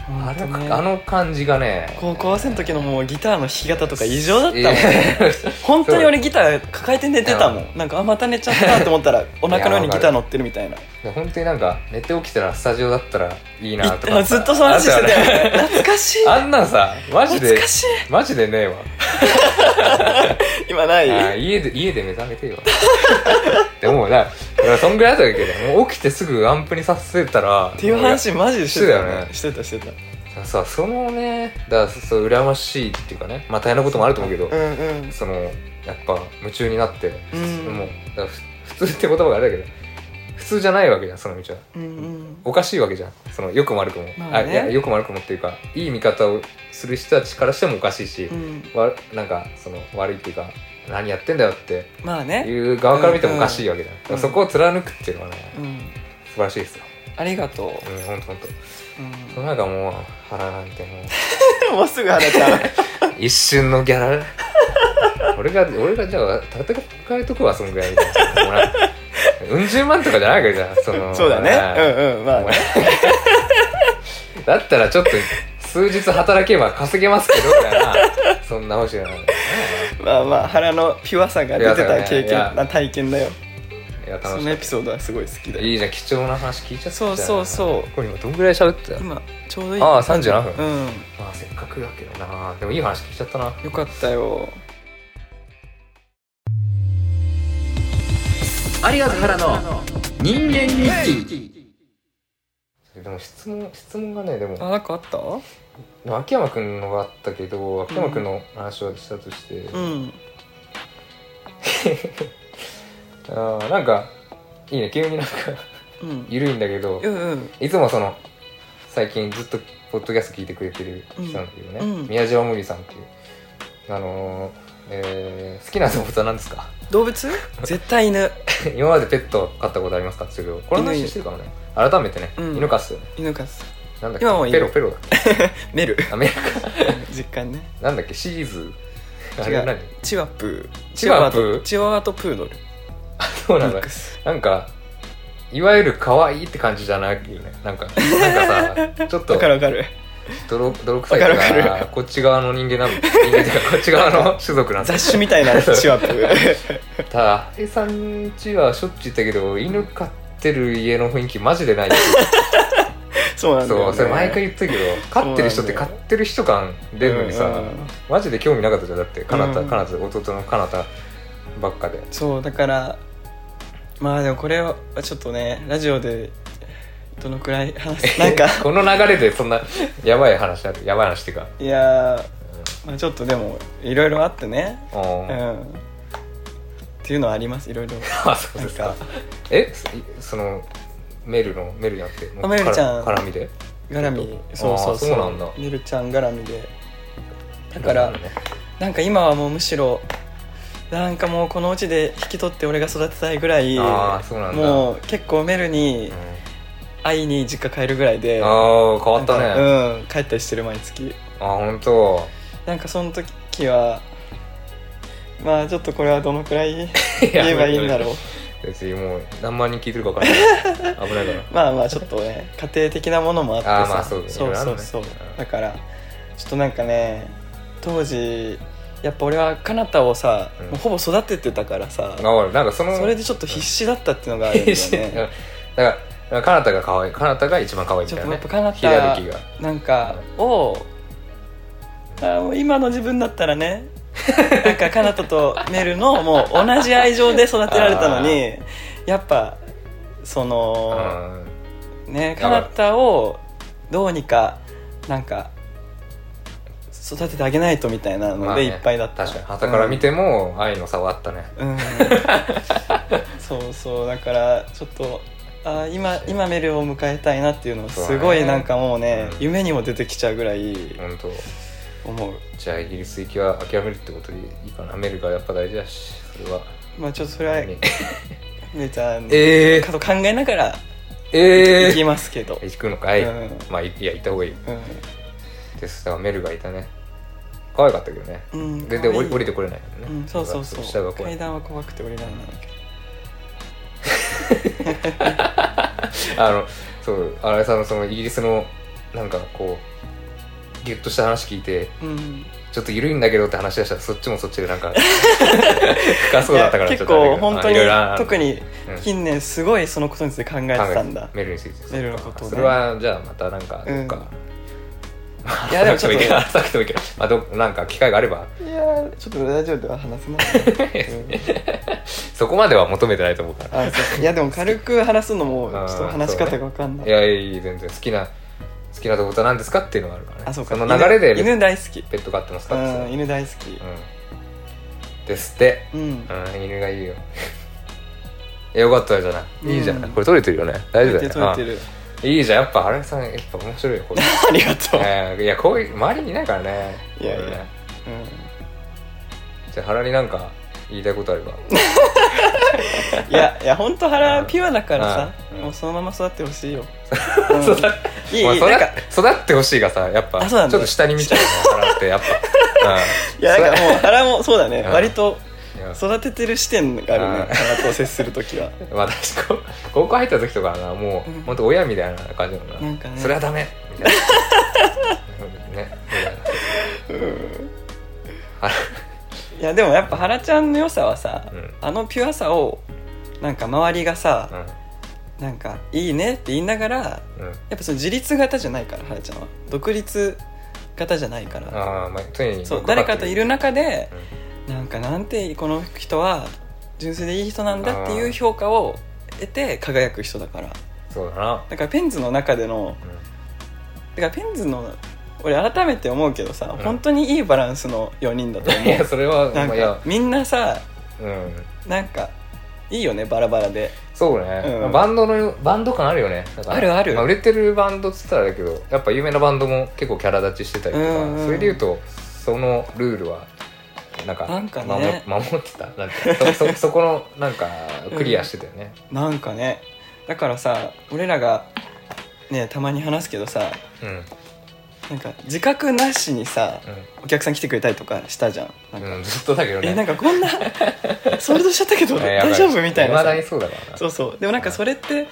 Speaker 2: 本当
Speaker 1: れ
Speaker 2: ね
Speaker 1: あの感じがね
Speaker 2: 高校生の時のもうギターの弾き方とか異常だったもん、
Speaker 1: えー
Speaker 2: 本当に俺ギター抱えて寝てたもんなんかあまた寝ちゃったと思ったらお腹の上にギター乗ってるみたいな
Speaker 1: 本当になんか寝て起きたらスタジオだったらいいなと
Speaker 2: あ
Speaker 1: か
Speaker 2: ずっとその話してた
Speaker 1: あん
Speaker 2: よね懐かしい
Speaker 1: たよねあんなんさマジ
Speaker 2: 懐
Speaker 1: で
Speaker 2: かしい
Speaker 1: マジでねえわ
Speaker 2: 今ない
Speaker 1: あー 家で家で目覚めてよ でもなだからそんぐらいだったけどもう起きてすぐアンプにさせてたら
Speaker 2: っていう話マジでしてた
Speaker 1: して
Speaker 2: よ
Speaker 1: たよ
Speaker 2: ね
Speaker 1: ね
Speaker 2: してたしてた
Speaker 1: ささそのねだからそう羨ましいっていうかねまあ大変なこともあると思うけど、
Speaker 2: うんうん
Speaker 1: そのやっぱ夢中になって、
Speaker 2: うん
Speaker 1: もうだからふ普通って言葉があれだけど普通じゃないわけじゃんその道は
Speaker 2: うんうん
Speaker 1: おかしいわけじゃんそのよくも悪くも、
Speaker 2: まあね
Speaker 1: いやよくも悪くもっていうかいい見方をする人たちからしてもおかしいし
Speaker 2: う、ん
Speaker 1: わなんかその悪いっていうか何やってんだよって
Speaker 2: まあね
Speaker 1: いう側から見てもおかしいわけじゃん、だから
Speaker 2: うん
Speaker 1: そこを貫くっていうのはね
Speaker 2: うん
Speaker 1: 素晴らしいですよ
Speaker 2: ありがとう
Speaker 1: うんほんとほんと
Speaker 2: う
Speaker 1: そのなんかもう腹なんてもうん
Speaker 2: もうすぐ腹ちゃう
Speaker 1: 一瞬のギャラ俺が俺がじゃあ戦えとくわそんぐらいみたいなもうなんかうん十万とかじゃないわけじゃんその
Speaker 2: そうだ
Speaker 1: ん
Speaker 2: ねうんうんまあね
Speaker 1: だったらちょっと数日働けば稼げますけどみたいなそんな欲しいななんか
Speaker 2: まあまあ腹のピュアさが出
Speaker 1: ピ
Speaker 2: てた経
Speaker 1: ュアさが
Speaker 2: 験
Speaker 1: ね
Speaker 2: な体験だよ
Speaker 1: いや
Speaker 2: そ
Speaker 1: 楽し
Speaker 2: の
Speaker 1: か
Speaker 2: エ
Speaker 1: っ
Speaker 2: ピソードはすごい好き
Speaker 1: た
Speaker 2: だよ
Speaker 1: いいじゃん貴重な話聞いちゃったじゃん
Speaker 2: そうそうそう
Speaker 1: これ今どんぐらい喋ってた
Speaker 2: 今ちょうどいい
Speaker 1: ああ37分、
Speaker 2: うん
Speaker 1: まあせっかくだけどなでもいい話聞いちゃったな
Speaker 2: よかったよ
Speaker 1: 有賀原の人間日記でも質問質問がねでも
Speaker 2: あなんかあったう
Speaker 1: でも秋山くんのがあったけど秋山くんの話はしたとして、
Speaker 2: ん
Speaker 1: あーなんかいいね急になんか
Speaker 2: うん
Speaker 1: 緩いんだけど
Speaker 2: うんうん
Speaker 1: いつもその最近ずっとポッドキャスト聞いてくれてる人なんだけどね、
Speaker 2: うんうん
Speaker 1: 宮島森さんっていうあのーえー好きな動物は何ですか
Speaker 2: 動物絶対犬
Speaker 1: 今までペット飼ったことありますかって言うけどこれの話してるかもね改めてね、
Speaker 2: うん
Speaker 1: 犬飼っすよね
Speaker 2: 犬 かす
Speaker 1: なんだっけ
Speaker 2: 今もう犬
Speaker 1: ペロペロだっけ
Speaker 2: メル
Speaker 1: あメル
Speaker 2: 実家にね
Speaker 1: なんだっけシーズ
Speaker 2: 違う
Speaker 1: あれ何
Speaker 2: チワプー
Speaker 1: チワプー
Speaker 2: チワワとチワワとプードル
Speaker 1: そうなん
Speaker 2: ミッ
Speaker 1: だ
Speaker 2: クス
Speaker 1: なんかいわゆる可愛いって感じじゃないよねなんかなんか さちょっと
Speaker 2: わかるわかる
Speaker 1: 泥泥臭いか
Speaker 2: わかるわから
Speaker 1: こっち側の人間なん人間っていうかこっち側の種族なんだ
Speaker 2: 雑種みた いなチワプー
Speaker 1: ただ平井さんちはしょっちゅう言ったけど犬飼ってる家の雰囲気マジでないっていう
Speaker 2: そうなんだよ、
Speaker 1: そ
Speaker 2: ね、
Speaker 1: うそれ毎回言ってたけど飼ってる人って飼ってる人感出るのにさ、
Speaker 2: うんうん
Speaker 1: マジで興味なかったじゃんだってかなた、
Speaker 2: うん
Speaker 1: かなた弟のかなたばっかで
Speaker 2: そうだからまあでもこれはちょっとねラジオでどのくらい 話すなんか
Speaker 1: この流れでそんなやばい話あるやばい話っていうか
Speaker 2: いやー、まあ、ちょっとでもいろいろあってね
Speaker 1: うん
Speaker 2: うんっていうのはありますいろいろ
Speaker 1: あそうです
Speaker 2: な
Speaker 1: か
Speaker 2: んか
Speaker 1: えそそのメルのメルじゃなくて
Speaker 2: あメルちゃん
Speaker 1: から絡みで
Speaker 2: 絡みそうそうそう
Speaker 1: あーそうなんだ
Speaker 2: ねるちゃん絡みでだから
Speaker 1: ね
Speaker 2: なんか今はもうむしろなんかもうこのうちで引き取って俺が育てたいぐらい
Speaker 1: あーそうなんだ
Speaker 2: もう結構メルに
Speaker 1: うん
Speaker 2: 会いに実家帰るぐらいで
Speaker 1: ああ変わったね、
Speaker 2: なんかうん帰ったりしてる毎月
Speaker 1: あ本当
Speaker 2: なんかその時はまあちょっとこれはどのくらい言えばいいんだろう
Speaker 1: 別にもう何万人聞いてるか分からない危ないから
Speaker 2: まあまあちょっとね家庭的なものもあってさ
Speaker 1: あーまあそうだね
Speaker 2: そうそうそう
Speaker 1: いろいろあるねうん
Speaker 2: だからちょっとなんかね当時やっぱ俺はかなたをさ、
Speaker 1: うん
Speaker 2: もうほぼ育ててたからさ、
Speaker 1: あ俺なんかその
Speaker 2: それでちょっと必死だったっていうのがあるんだよ ね
Speaker 1: だからかなたが可愛いかなたが一番可愛いみ
Speaker 2: ち
Speaker 1: た
Speaker 2: ょっ
Speaker 1: い
Speaker 2: と
Speaker 1: な
Speaker 2: やっ
Speaker 1: ね
Speaker 2: ぱかな
Speaker 1: ヒエラル
Speaker 2: た
Speaker 1: キーが
Speaker 2: なんかをあーもう今の自分だった らねなんかかなたとメルのもう同じ愛情で育てられたのにやっぱその
Speaker 1: うん
Speaker 2: ね
Speaker 1: や
Speaker 2: か
Speaker 1: ばい
Speaker 2: なたをどうにかなんか育ててあげないとみたいな
Speaker 1: ま
Speaker 2: の
Speaker 1: あね
Speaker 2: でいっぱいだった、
Speaker 1: 確かにはから見ても愛の差はあったね
Speaker 2: うん、うん そうそうだからちょっとあー今今メルを迎えたいなっていうのをすご
Speaker 1: そうだね
Speaker 2: いなんかもうね、
Speaker 1: うん
Speaker 2: 夢にも出てきちゃうぐらい
Speaker 1: 本当
Speaker 2: 思う、
Speaker 1: じゃあイギリス行きは諦めるってことでいいかなメルがやっぱ大事だしそれは
Speaker 2: まあちょっとそれは
Speaker 1: ね
Speaker 2: めちゃんの
Speaker 1: え
Speaker 2: こと考えながら
Speaker 1: ええ
Speaker 2: 行き
Speaker 1: え
Speaker 2: ますけど、
Speaker 1: 行くのかい、
Speaker 2: うん
Speaker 1: まあいいや行った方がいい
Speaker 2: うん
Speaker 1: ですだからメルがいたね可愛かったけどね
Speaker 2: うん
Speaker 1: 全然降り降りて
Speaker 2: こ
Speaker 1: これないもんね、
Speaker 2: うん、そうそうそ
Speaker 1: 下が
Speaker 2: う
Speaker 1: 怖い
Speaker 2: 階段は怖くて降りられないんだけど
Speaker 1: あのそう荒井さんのそのイギリスのなんかこうギュッとした話聞いて
Speaker 2: うん
Speaker 1: ちょっと緩いんだけどって話し出したらそっちもそっちでなんか深そうだったから
Speaker 2: い
Speaker 1: ち
Speaker 2: や
Speaker 1: ょっと
Speaker 2: 結
Speaker 1: あれだけど
Speaker 2: 構本当
Speaker 1: あ
Speaker 2: に
Speaker 1: いろいろあ
Speaker 2: 特に
Speaker 1: うん
Speaker 2: 近年すごいそのことについて考えてたんだ
Speaker 1: メルについて
Speaker 2: メルのことをね
Speaker 1: それはじゃあまたなんかどっか、
Speaker 2: うん
Speaker 1: まあ
Speaker 2: いやでもちょっと
Speaker 1: 話さなくてもいいけどまあどなんか機会があれば
Speaker 2: いやーちょっとラジオでは話せない、 うん
Speaker 1: そこまでは求めてないと思うから
Speaker 2: あそういやでも軽く話すのもちょっと話し方が分かんない
Speaker 1: いやいや全然好きな好きなところなんですかっていうのがあるからね
Speaker 2: あそうか
Speaker 1: の流れで
Speaker 2: 犬犬大好き
Speaker 1: ペット飼ってます
Speaker 2: う
Speaker 1: かってさ
Speaker 2: ん犬大好き
Speaker 1: うんですって、
Speaker 2: うん
Speaker 1: うん、犬がいいよ えよかったじゃないいいじゃない、
Speaker 2: うん
Speaker 1: これ撮れてるよね大丈夫だよ
Speaker 2: 撮れて
Speaker 1: ね
Speaker 2: 撮れてる
Speaker 1: あいいじゃんやっぱ原さんやっぱ面白いよ これ、
Speaker 2: ありがとう
Speaker 1: えーいやこういう周りにいないからね
Speaker 2: いやいや
Speaker 1: これね
Speaker 2: う
Speaker 1: じゃあ原になんか言いたいことあれば
Speaker 2: んいやいや本当腹ピュアだからさ
Speaker 1: うん
Speaker 2: もうそのまま育ってほしいよ
Speaker 1: そう
Speaker 2: うん
Speaker 1: だ
Speaker 2: いい
Speaker 1: まあ
Speaker 2: いいなんか
Speaker 1: 育っ育ってほしいがさやっぱ
Speaker 2: あ
Speaker 1: ち
Speaker 2: そう
Speaker 1: ょ
Speaker 2: な
Speaker 1: っ
Speaker 2: んだ
Speaker 1: と下に見ちゃうね原ってやっ ぱ、うん、
Speaker 2: いやなんかもう腹もそうだね
Speaker 1: うん
Speaker 2: 割と
Speaker 1: いや
Speaker 2: 育ててる視点がある
Speaker 1: うん
Speaker 2: ね腹と接する時は
Speaker 1: 私こ 高校入った時とかはなもう、
Speaker 2: うん
Speaker 1: 本当親みたいな感じだもんな
Speaker 2: なんかね
Speaker 1: それはダメ みたいなね
Speaker 2: うん
Speaker 1: あ
Speaker 2: いやでもやっぱ原ちゃんの良さはさ
Speaker 1: うんうん
Speaker 2: あのピュアさをなんか周りがさなんかいいねって言いながら
Speaker 1: うん
Speaker 2: やっぱその自立型じゃないからはるちゃんは独立型じゃないから
Speaker 1: ああまあ常に
Speaker 2: そう誰かといる中で
Speaker 1: う、
Speaker 2: なんかなんてこの人は純粋でいい人なんだっていう評価を得て輝く人だから
Speaker 1: そうだな、
Speaker 2: だからペンズの中での
Speaker 1: う
Speaker 2: だからペンズの俺改めて思うけどさ、
Speaker 1: うん
Speaker 2: 本当にいいバランスの4人だと思
Speaker 1: ん、いや
Speaker 2: う
Speaker 1: それは
Speaker 2: なん
Speaker 1: まあいや
Speaker 2: かみんなさ
Speaker 1: うん
Speaker 2: なんかいいよねバラバラで
Speaker 1: そうね、
Speaker 2: うん
Speaker 1: バンドのバンド感あるよねだから
Speaker 2: あるある
Speaker 1: ま売れてるバンドっつったらあれだけどやっぱ有名なバンドも結構キャラ立ちしてたりとか、
Speaker 2: うんうん
Speaker 1: それでいうとそのルールはなんか
Speaker 2: なんかね
Speaker 1: 守守ってたなんかそそ そこのなんかクリアしてたよね、
Speaker 2: なんかねだからさ俺らがねたまに話すけどさ
Speaker 1: うん
Speaker 2: なんか自覚なしにさお客さん来てくれたりとかしたじゃんなん
Speaker 1: うん
Speaker 2: か、
Speaker 1: うん、ずっとだけどね
Speaker 2: えなん かこんなソールドしちゃったけど
Speaker 1: いややば
Speaker 2: 大丈夫みたいな
Speaker 1: 未
Speaker 2: さ
Speaker 1: だにそうだからな
Speaker 2: そうそうでもなんかそれって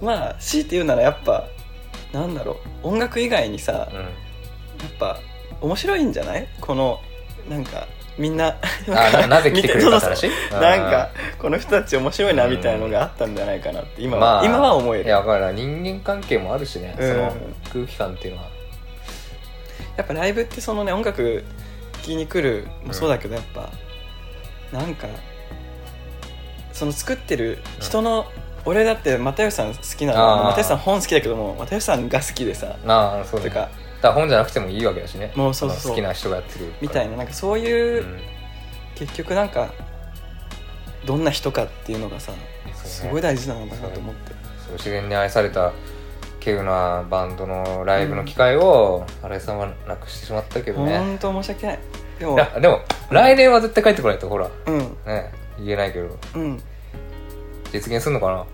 Speaker 2: まあ強いて言うならやっぱなんだろう音楽以外にさやっ
Speaker 1: うん、
Speaker 2: ぱ面白いんじゃないこのなんかみんな
Speaker 1: あななぜ来てくれたって話
Speaker 2: そうそう なんかこの人たち面白いなみたいなのがあったんじゃないかなって今は、
Speaker 1: まあ
Speaker 2: 今は思え
Speaker 1: い
Speaker 2: るや
Speaker 1: やだから人間関係もあるしね、
Speaker 2: うん
Speaker 1: その空気感っていうのは
Speaker 2: っぱライブってそのね音楽聴きに来るもそうだけどやっぱ、なんかその作ってる人の、俺だって又吉さん好きな
Speaker 1: あー
Speaker 2: の又吉さん本好きだけども又吉さんが好きでさ
Speaker 1: ああそう
Speaker 2: と
Speaker 1: ね
Speaker 2: か
Speaker 1: だから本じゃなくてもいいわけだしね
Speaker 2: もうそうそうそう
Speaker 1: 好きな人がやってる
Speaker 2: みたい
Speaker 1: な、
Speaker 2: ななんかそう
Speaker 1: う
Speaker 2: いう、
Speaker 1: ん
Speaker 2: 結局なんかどんな人かっていうのがさすごい
Speaker 1: だ
Speaker 2: 大事なのかなと思って
Speaker 1: そう自然に愛された稀有なバンドのライブの機会を荒井さんはなくしてしまったけどね、
Speaker 2: 本当申し訳ないで
Speaker 1: い
Speaker 2: も
Speaker 1: やでも来年は絶対帰ってこないとほら
Speaker 2: うん
Speaker 1: ね言えないけど
Speaker 2: うん
Speaker 1: 実現するのかな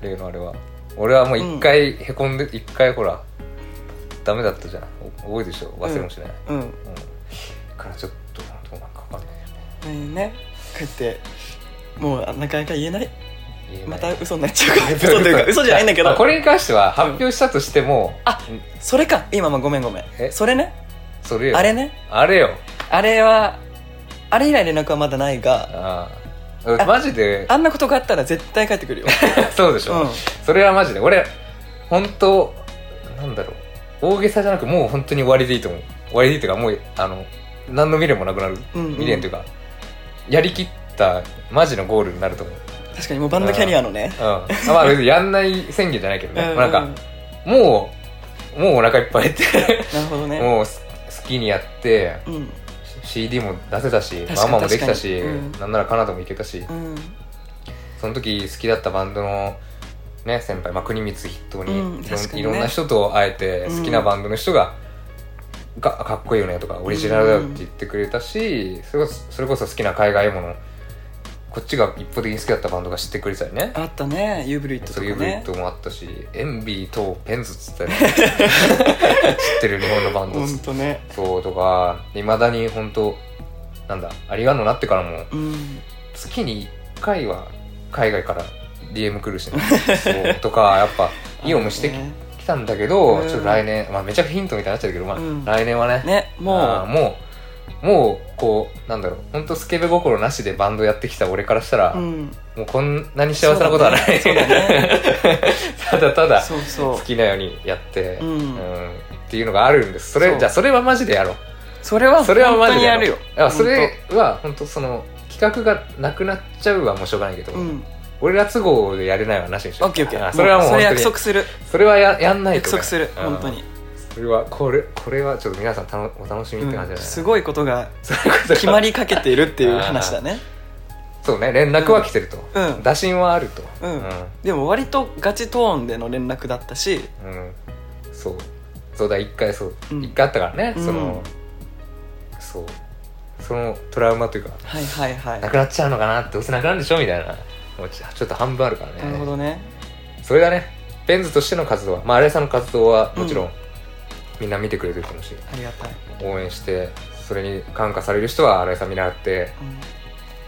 Speaker 1: 例のあれは俺はもう一回へこんで一、回ほらダメだったじゃんお覚えてるでしょ忘れもしない、
Speaker 2: うん
Speaker 1: うん、からちょっとどうなんかわかんないよね
Speaker 2: ねねこうやってもうなかなか言えない
Speaker 1: 言えない
Speaker 2: また嘘になっちゃう から嘘というか嘘じゃないんだけ
Speaker 1: ま
Speaker 2: ど
Speaker 1: あこれに関しては発表したとしても、
Speaker 2: それか今もごめんごめ
Speaker 1: え
Speaker 2: んそれね
Speaker 1: それよ
Speaker 2: あれね
Speaker 1: あれよ
Speaker 2: あれはあれ以来連絡はまだないが
Speaker 1: ああマジで
Speaker 2: あんなことがあったら絶対帰ってくるよ、
Speaker 1: そうでし
Speaker 2: う
Speaker 1: ょ、
Speaker 2: ん、
Speaker 1: それはマジで俺本当なんだろう大げさじゃなくもう本当に終わりでいいと思う終わりでいいというかもうあの何の未練もなくなる
Speaker 2: うんうん
Speaker 1: 未練というか、やりきったマジのゴールになると思う、
Speaker 2: 確かにもうバンドキャリアのね
Speaker 1: うん、あまあ別にやんない宣言じゃないけどね、
Speaker 2: う
Speaker 1: まあなんかもうもうお腹いっぱいって
Speaker 2: なるほどね
Speaker 1: もうす好きにやって
Speaker 2: うん
Speaker 1: CD も出せたし
Speaker 2: 確かに
Speaker 1: ママもできたし、
Speaker 2: 確かにうん
Speaker 1: なんならカナダも行けたし
Speaker 2: うん
Speaker 1: その時好きだったバンドの、ね、先輩、まあ、国光筆頭に,いろん、
Speaker 2: うん確か
Speaker 1: い
Speaker 2: にね
Speaker 1: ろんな人と会えて
Speaker 2: うん
Speaker 1: 好きなバンドの人が「がかっこいいよね」とか「オリジナルだよ」って言ってくれたし、それこそそれこそ好きな海外ものこっちが一方的に好きだったバンドが知ってくれてたりね。
Speaker 2: あったねユーブリットとか
Speaker 1: そういうブリッ
Speaker 2: ね
Speaker 1: トもあったし、エンビーとペンズっつった り知ってる日本のバンド
Speaker 2: ほ
Speaker 1: っつ
Speaker 2: ん
Speaker 1: って
Speaker 2: とね
Speaker 1: そうとかいまだに本当なんだありがのなってからも
Speaker 2: うん
Speaker 1: 月に1回は海外から DM 来る しねそうとかやっぱいい思いしてき,、
Speaker 2: ね
Speaker 1: たんだけど、
Speaker 2: うん
Speaker 1: ちょっと来年、まあ、めちゃくちゃヒントみたいになっちゃうけど、まあ
Speaker 2: うん
Speaker 1: 来年はね
Speaker 2: ね
Speaker 1: あー
Speaker 2: も
Speaker 1: もうもうこうなんだろうほんとスケベ心なしでバンドやってきた俺からしたら、
Speaker 2: ううん
Speaker 1: もうこんなに幸せなことはない、
Speaker 2: そうだ ね
Speaker 1: ただただ
Speaker 2: そう
Speaker 1: 好
Speaker 2: そ
Speaker 1: きなようにやって、
Speaker 2: うう
Speaker 1: うん
Speaker 2: ん
Speaker 1: っていうのがあるんですそれ
Speaker 2: そう
Speaker 1: じゃあそれはマジでやろう
Speaker 2: それは
Speaker 1: それはマ
Speaker 2: 本当
Speaker 1: ジ
Speaker 2: に
Speaker 1: で
Speaker 2: やるよ
Speaker 1: だからそれは本当その企画がなくなっちゃうはもうしょうがないけど、
Speaker 2: うん
Speaker 1: 俺ら都合でやれないはなしにし
Speaker 2: オ
Speaker 1: よう
Speaker 2: ッケーオッケー
Speaker 1: あそれはもう
Speaker 2: そ
Speaker 1: 本
Speaker 2: れ
Speaker 1: 当
Speaker 2: 約
Speaker 1: に
Speaker 2: 束する
Speaker 1: それはややんない
Speaker 2: 約
Speaker 1: と
Speaker 2: 束する
Speaker 1: うん
Speaker 2: 本当に
Speaker 1: それはこれこれはちょっと皆さんたのお楽しみって感じ
Speaker 2: う
Speaker 1: だね、
Speaker 2: んすごいことが 決
Speaker 1: 決
Speaker 2: まりかけているっていう話だね
Speaker 1: そうね連絡は来てると、
Speaker 2: うん
Speaker 1: 打診はあると
Speaker 2: うん
Speaker 1: うん、
Speaker 2: でも割とガチトーンでの連絡だったし
Speaker 1: うんそうそうだ一回そう一、
Speaker 2: うん
Speaker 1: 回あったからね、
Speaker 2: うん
Speaker 1: そのそうそのトラウマというか
Speaker 2: はいはいはい
Speaker 1: なくなっちゃうのかなどうせなくなるんでしょみたいなもうちょちょっと半分あるからね
Speaker 2: なるほどね
Speaker 1: それだねベンズとしての活動はまあ荒井さんの活動はもちろん、みんな見てくれてるかもしれない
Speaker 2: ありがたい
Speaker 1: 応援してそれに感化される人は新井さん見習って
Speaker 2: うん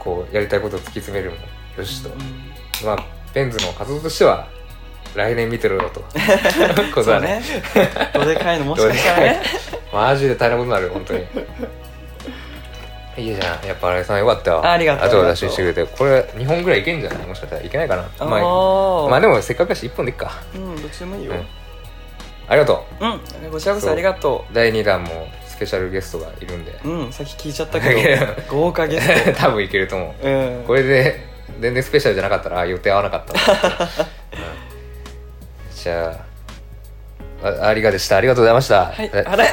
Speaker 1: こうやりたいことを突き詰めるもよしと、
Speaker 2: うん
Speaker 1: まあベンズの活動としては来年見てろよ とこ
Speaker 2: そ
Speaker 1: と
Speaker 2: う
Speaker 1: はね
Speaker 2: ねどでかいのもしかしたらね
Speaker 1: マジで大変なことになるよ本当にいいじゃんやっぱ新井さんよかったよ
Speaker 2: ありがとう
Speaker 1: あと出ししてくれてこれ2本ぐらいいけんじゃないもしかしたらいけないかな
Speaker 2: あ
Speaker 1: まあ
Speaker 2: ー
Speaker 1: まあでもせっかくだし1本でいっか
Speaker 2: うんどっちでもいいよ
Speaker 1: うんありがと
Speaker 2: うんこちらこそありがと
Speaker 1: う第2弾もスペシャルゲストがいるんで
Speaker 2: ううんさっき聞いちゃったけど豪華ゲス
Speaker 1: 多分いけると思う
Speaker 2: トうん
Speaker 1: これで全然スペシャルじゃなかったらあ予定合わなかったな、うんじゃああありがでしたありがとうございました、
Speaker 2: はい
Speaker 1: え
Speaker 2: あれあごめん
Speaker 1: あ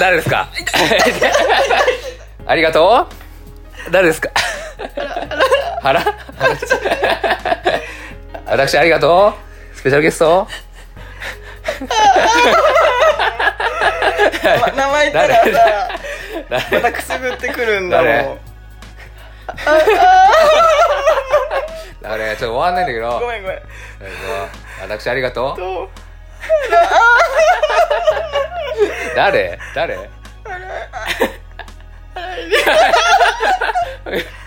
Speaker 1: 誰ですかありがとう誰ですか腹腹 私ありがとうスペシャルゲスト
Speaker 2: や名前言ったらさま
Speaker 1: 誰
Speaker 2: たくすぐってくるんだもん
Speaker 1: 誰ちょっと終わんないんだけど
Speaker 2: ごめんごめん
Speaker 1: 誰か私ありがとう
Speaker 2: どう
Speaker 1: 誰誰笑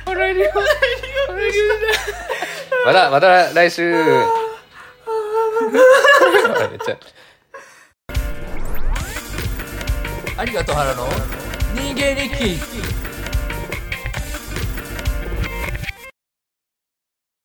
Speaker 1: いに笑いにまたまた来週 めっちゃありがとう原の人間日記